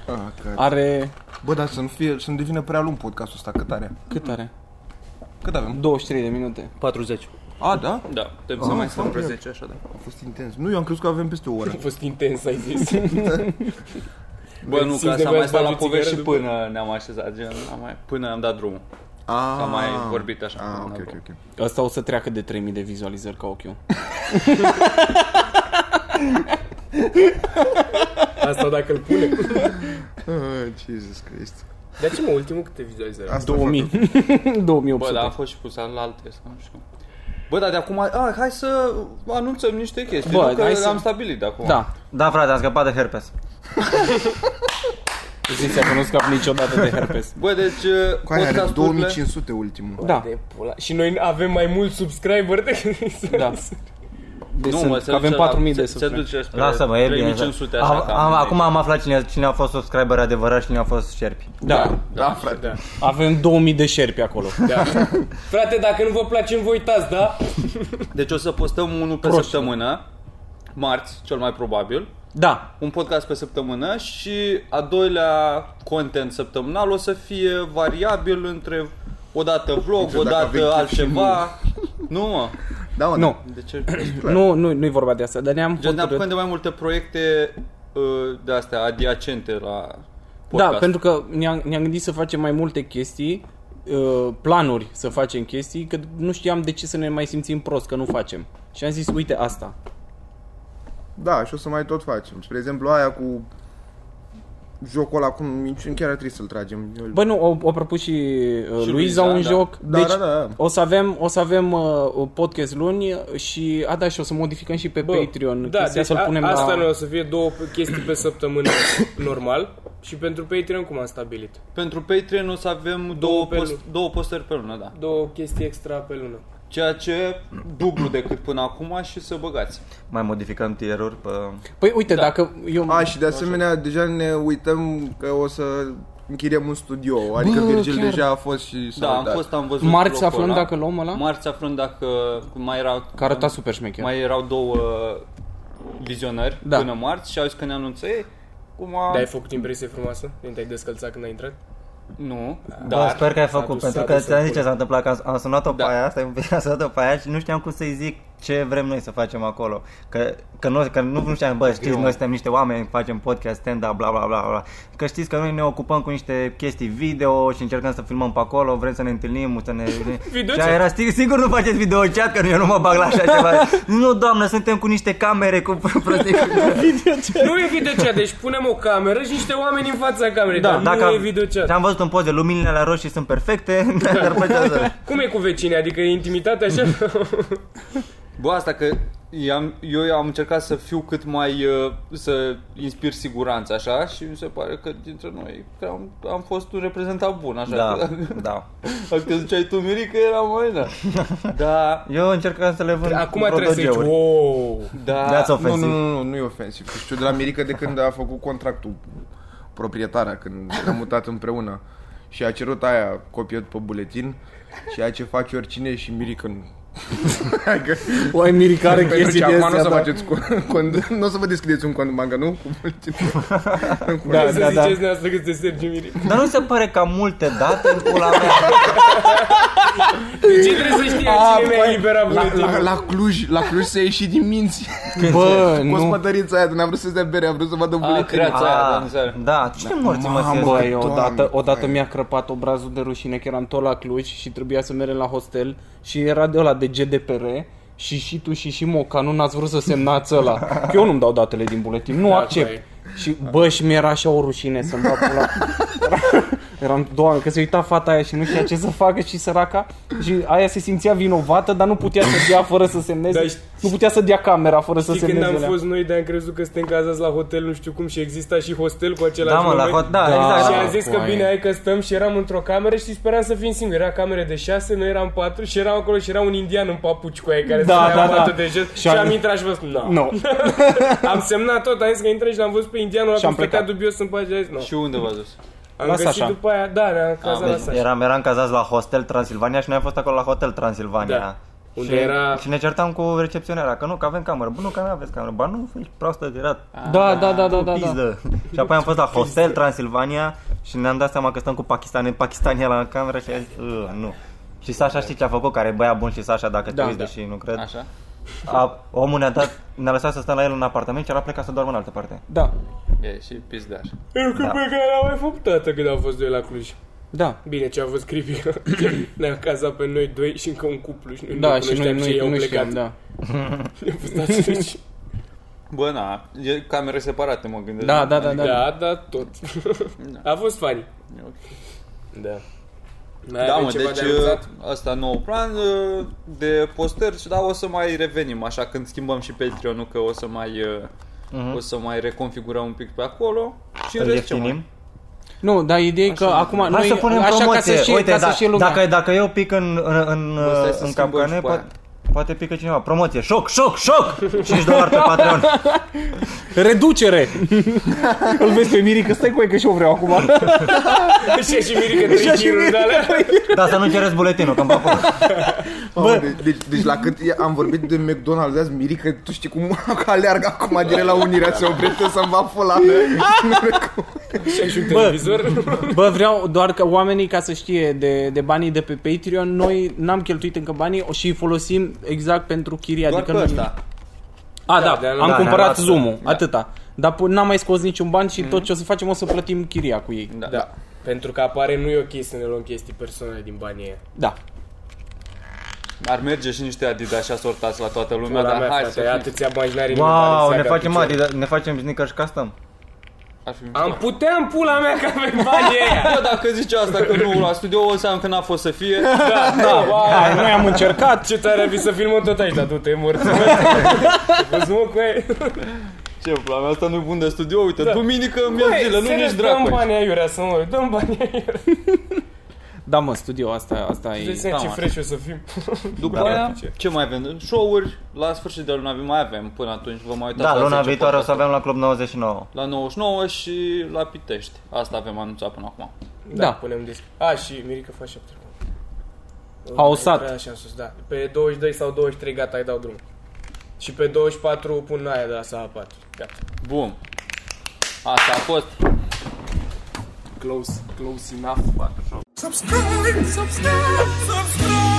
S4: a, Ah, că-
S2: Are...
S4: Bă, dar să nu fie, să nu devină prea lung podcastul ăsta, cât are?
S2: Cât are?
S4: Cât avem?
S2: 23 de minute.
S5: 40.
S4: A, da?
S5: Da, putem să mai stăm pe 10 așa da.
S4: A fost intens. Nu, eu am crezut că avem peste o oră.
S3: A fost intens, ai zis.
S5: Bă, nu,
S3: Simți
S5: că asta
S3: nevoia
S5: am mai
S3: să
S5: stat
S3: faci
S5: la
S3: o
S5: povești și
S3: țigară după?
S5: până ne-am așezat, gen, am mai, până am dat drumul.
S4: A,
S5: Am mai vorbit așa. până
S4: A,
S5: am
S4: Ah. ok,
S5: dat
S4: ok,
S5: drumul.
S4: ok.
S2: Asta o să treacă de 3000 de vizualizări ca ochiul.
S3: Asta dacă îl pune.
S4: Ah, Jesus Christ.
S3: Dar ce mă, ultimul câte vizualizări?
S4: Asta
S2: 2000.
S5: Bă, da.
S2: 2800.
S5: dar a fost și pus la alte, sau nu știu. Bă, dar de acum, a, hai să anunțăm niște chestii,
S2: Bă,
S5: Bă, nu, că
S2: hai să-
S5: am stabilit de acum.
S2: Da.
S1: Da, frate, am scăpat de herpes.
S2: Zicea că nu scap niciodată de herpes.
S5: Bă, deci uh,
S4: Cu aia are
S5: podcasturile
S4: 2500 ultimul.
S2: Da,
S3: De pula. Și noi avem mai mulți subscriber decât
S2: da. Deci
S5: Nu,
S2: sunt,
S5: mă,
S2: că
S5: se
S2: avem
S5: duce la-
S2: 4000 de
S5: se- se
S2: subscribe.
S5: duce spre
S1: Lasă-mă, e bine.
S5: 3500 așa.
S1: Am,
S5: ca
S1: am,
S5: mine.
S1: acum am aflat cine, cine a fost subscriber adevărat și cine a fost șerpi.
S2: Da,
S4: Da, frate.
S2: avem 2000 de șerpi acolo.
S3: da. Frate, dacă nu vă place, nu vă uitați, da?
S5: Deci o să postăm unul pe
S2: Proști.
S5: săptămână, marți, cel mai probabil,
S2: Da,
S5: un podcast pe săptămână și a doilea content săptămânal o să fie variabil între o dată vlog,
S4: Între
S5: o
S4: dacă avem
S5: dată
S4: chef
S5: altceva. Nu, mă.
S4: Da, mă,
S2: nu.
S5: De ce?
S2: Nu, nu, nu-i vorba de asta, dar ne-am
S5: Gen, ne apucăm
S2: hotărât.
S5: de mai multe proiecte uh, de astea adiacente la
S2: Da,
S5: podcast.
S2: pentru că ne-am, ne-am gândit să facem mai multe chestii, uh, planuri să facem chestii, că nu știam de ce să ne mai simțim prost că nu facem. Și am zis, uite asta.
S4: Da, și o să mai tot facem. Spre exemplu, aia cu jocul ăla, cum niciun chiar ar trebui să-l tragem. Eu-
S2: Bă, nu, o, o propus și, uh,
S5: Și
S2: Luiza
S5: Luiza,
S2: un
S5: da.
S2: joc.
S4: Da,
S2: deci,
S4: da, da.
S2: O să avem, o să avem uh, podcast luni și, a, da, și o să modificăm și pe
S3: Bă, da, deci
S2: Patreon. chestia să-l punem
S3: a, asta
S2: la...
S3: noi o să fie două chestii pe săptămână normal și pentru Patreon cum am stabilit?
S5: pentru Patreon o să avem două,
S3: pe
S5: post-
S3: lună.
S5: două postări pe lună, da.
S3: Două chestii extra pe lună.
S5: Ceea ce dublu decât până acum și să băgați.
S1: Mai modificăm tieruri pe...
S2: Păi uite, da. dacă eu...
S4: A, și de asemenea, deja ne uităm că o să închiriem un studio. Adică
S2: Bă,
S4: Virgil
S2: chiar.
S4: deja a fost și s-a
S5: Da, am
S4: uitat.
S5: fost, am văzut
S2: Marți
S5: locul
S2: aflăm
S5: ăla.
S2: dacă luăm ăla?
S5: Marți aflăm dacă mai erau
S2: Că arăta super șmecher.
S5: mai erau două vizionări
S2: Da.
S5: da. până marți și au zis că ne anunță ei. Cum a...
S3: Dar ai făcut impresie frumoasă? Nu te-ai descălțat când ai intrat?
S5: Nu,
S2: Da.
S1: Bă,
S5: dar
S1: sper că ai
S3: s-a
S1: făcut,
S3: dus-
S1: pentru
S3: s-a
S1: că
S3: dus
S1: ți-am
S3: în
S1: zis ce
S3: pula.
S1: s-a întâmplat, că am, am sunat-o pe
S5: Da.
S1: aia, stai un pic, am sunat-o pe aia și nu știam cum să-i zic ce vrem noi să facem acolo. Că, că, noi, că nu, nu știam, bă, știți, noi suntem niște oameni, facem podcast, stand-up, bla, bla, bla, bla. Că știți că noi ne ocupăm cu niște chestii video și încercăm să filmăm pe acolo, vrem să ne întâlnim, să ne...
S3: Video
S1: și
S3: chat.
S1: era, "Stig- sigur nu faceți video chat, că eu nu mă bag la așa ceva. nu, doamnă, suntem cu niște camere, cu prostii.
S3: Nu e videocea, deci punem o cameră și niște oameni în fața camerei, da, dar nu e videocea.
S1: și am văzut în poze, luminile la roșii sunt perfecte, dar plăcează.
S3: Cum e cu vecinii? Adică e intimitate așa?
S5: Bă, asta că i-am, eu am încercat să fiu cât mai, uh, să inspir siguranță, așa, și mi se pare că dintre noi că am, am fost un reprezentant bun, așa.
S1: Da,
S5: Că,
S1: da.
S5: dacă te ziceai tu, Mirica, era mai da. Da,
S1: Eu încercam să le vând
S3: Acum trebuie să zici,
S1: rodogeuri.
S3: wow.
S5: da.
S1: That's
S4: Ah, Nu, nu,
S1: offensive.
S4: nu, nu, nu e ofensiv. Că Știu de la Mirica de când a făcut contractul proprietarea, când ne-am mutat împreună. Și a cerut aia copie pe buletin, ceea ce face oricine și Mirica nu. Adică-
S2: Oai miricare
S4: Pentru
S2: chestii
S4: că
S2: de
S4: acum nu o
S2: astea,
S4: să
S2: da.
S4: faceți con- cont, nu o să vă deschideți un cont în bancă, nu? Cu buletinul.
S2: Da, da,
S3: să
S2: da.
S3: ziceți noastră că este Sergiu Miri.
S1: Dar nu se pare ca multe date în pula mea.
S3: De ce trebuie să știe cine mi-a eliberat
S4: La, la,
S3: buletinul?
S4: la, Cluj, la Cluj se ieși din minți.
S2: Bă, nu.
S4: Cospătărița aia, n-am vrut să-ți dea bere, am vrut să vadă
S5: A,
S4: buletinul.
S5: creața aia, da, în
S1: Da,
S5: seară.
S1: da, cine morți mă
S2: Mamă,
S1: se
S2: băi, odată,
S4: Doamne,
S2: odată
S4: băi.
S2: mi-a crăpat obrazul de rușine că eram tot la Cluj și trebuia să mergem la hostel și era de ăla de GDPR și și tu și și Moca nu n-ați vrut să semnați ăla. Că eu nu-mi dau datele din buletin, nu
S3: Da,
S2: accept.
S3: băi.
S2: Și bă, și mi-era așa o rușine să-mi dau pula. Eram, doamne, că se uita fata aia și nu știa ce să facă și săraca Și aia se simțea vinovată, dar nu putea să dea fără să semneze
S3: Dar Da, știi-
S2: Nu putea să dea camera fără să
S3: Și când
S2: semneze
S3: am
S2: alea.
S3: fost noi, de-am crezut că suntem cazați la hotel, nu știu cum, și exista și hostel cu același
S1: Da, mă, la
S3: nume.
S1: hot, da,
S2: Da.
S1: exact.
S3: Și
S1: da.
S3: am zis că
S2: coaie.
S3: bine, hai că stăm și eram într-o cameră și speram să fim singuri. Era camere de șase, noi eram patru și eram acolo și era un indian în papuci cu aia care
S2: Da,
S3: stătea
S2: da,
S3: în patul
S2: da.
S3: de jos.
S2: Și
S3: Și
S2: am-
S3: am intrat și vă spun, no.
S2: Nu,
S3: Am semnat tot, am zis că intrăm și l-am văzut pe indianul ăla
S2: Și am
S3: cum stătea
S2: plecat.
S3: dubios în pace, a zis, no.
S5: Și unde v-a dus?
S3: Am
S2: Las
S3: găsit
S2: așa.
S3: după aia, da, ne-am cazat
S5: Am
S3: la
S5: zis,
S3: Sasha.
S1: Eram, eram cazați la Hostel Transilvania și noi am fost acolo la Hotel Transilvania.
S3: Da. Unde
S1: Și,
S3: era-
S1: și ne certam cu recepționera că nu, că avem cameră. Bă, nu, că nu aveți cameră. Ba nu, ești proastă de rat.
S2: da, da, da, da, da, da.
S1: Pizdă. Și apoi am fost la Hostel Transilvania și ne-am dat seama că stăm cu pakistani, pakistanii la cameră și a zis, "Ă, nu. Și Sasha știi ce a făcut, care e băia bun și Sasha, dacă te
S2: Da,
S1: uiți,
S2: da.
S1: deși nu cred.
S5: Așa?
S1: A, omul ne-a, dat, ne-a lăsat să stăm la el în apartament și el a plecat să doarmă în altă parte.
S2: Da,
S5: E, și pizdaș.
S3: Eu că
S1: Da.
S3: pe care l-am mai făcut dată când am fost doi la Cluj.
S2: da
S3: Bine, ce a fost creepy Ne-am cazat pe noi doi și încă un cuplu și noi
S2: Da,
S3: nu
S2: și
S3: cunoșteam
S2: noi
S3: și ei au
S2: nu, nu
S3: plecat
S2: știam, da.
S3: Am fost atunci.
S5: Bă, na, e camere separate, mă gândesc. Adică,
S2: Da, da, da, da.
S3: Da, da, tot
S5: Da.
S3: A fost funny Da Mai
S5: Da,
S3: avem
S5: mă,
S3: ceva
S5: deci
S3: de anunțat?
S5: asta nou plan uh, de postări și da, o să mai revenim așa când schimbăm și Patreon-ul că o să mai uh, o să mai reconfigurăm un pic pe acolo și în
S1: Mhm. Îl
S5: rest ce mai-
S1: ieftinim.
S2: Nu, dar ideea e că acum
S1: Hai
S2: noi,
S1: să punem
S2: așa
S1: promoție.
S2: ca să-și
S1: Uite,
S2: ca
S1: da,
S2: să-și lumea.
S1: dacă, dacă eu pic în, în, în,
S5: stai să
S1: în
S5: schimbăm
S1: capcane,
S5: și pe aia.
S1: poate, poate pică cineva. Promoție. Șoc, șoc, șoc! 5 dolari pe Patreon.
S2: Reducere! Îl vezi pe Miri că stai cu ei că și eu vreau acum.
S3: Și-a și Mirica trei
S2: și
S3: giruri de alea
S1: Dar Da, să nu cereți buletinul, că îmi fac-
S4: Bă. Deci, deci, deci, la cât am vorbit de McDonald's azi, Mirica, tu știi cum aleargă acum direct la Unirea, se oprește să-mi va fula.
S3: Și-a și un televizor
S2: Bă, vreau doar că oamenii ca să știe de, de banii de pe Patreon, noi n-am cheltuit încă banii și îi folosim exact pentru chiria.
S5: Doar
S2: adică
S5: pe
S2: nu-
S5: ăsta.
S2: A, da,
S3: Da,
S2: am
S3: da, Mm.
S1: ne-am
S2: cumpărat
S1: luat-
S2: Zoom-ul, atâta. Dar pu- n-am mai scos niciun ban și tot ce o să facem o să plătim chiria cu ei.
S5: Da.
S3: Da pentru că apare nu e ok să ne luăm chestii personale din banii aia.
S2: Da.
S5: Ar merge și niște Adidas așa sortați la toată lumea,
S3: Pula
S5: dar
S3: mea,
S5: da, hai
S3: frate,
S5: să fim.
S3: atâția bani n-are nimeni
S1: Wow,
S3: Balenciaga
S1: ne
S3: în
S1: facem,
S3: picioare.
S1: Adidas, ne facem sneakers custom.
S5: Ar fi mișto.
S3: Am putea în pula mea că avem banii aia.
S5: Bă, dacă zici asta că nu la studio, o înseamnă că n-a fost să fie. Da.
S3: Da, wow.
S2: Hai, noi am încercat.
S3: Ce tare ar fi să filmăm tot aici, dar du-te, e mort. Vă mă cu aia.
S5: Ce, pula mea, asta nu e bun de studio, uite, da. duminică mi ia zile, nu
S3: serios,
S5: nici dracu.
S3: Dăm
S5: aici.
S3: bani aiurea să mă, dăm bani aiurea.
S2: Da, mă, studio, asta, asta
S3: Deci
S2: e...
S5: da,
S3: da, ce
S5: mă.
S3: fresh o să fim.
S5: După
S1: Da.
S5: aia, ce mai avem? Show-uri, la sfârșitul de luna mai avem până atunci, vă mai uitați.
S1: Da,
S5: la
S1: luna
S5: 10
S1: viitoare o să
S5: podcast-ul.
S1: avem la Club 99.
S5: La 99 și la Pitești. Asta avem anunțat până acum.
S2: Da.
S3: Punem disc. A, și Mirica face 7
S2: Haosat.
S3: Așa în sus, da. Pe 22 sau 23, gata, îi dau drumul. Și pe 24 pun aia de la Saha 4. Gata.
S5: Bun. Asta a fost.
S3: Close, close enough.
S6: subscribe, subscribe, subscribe.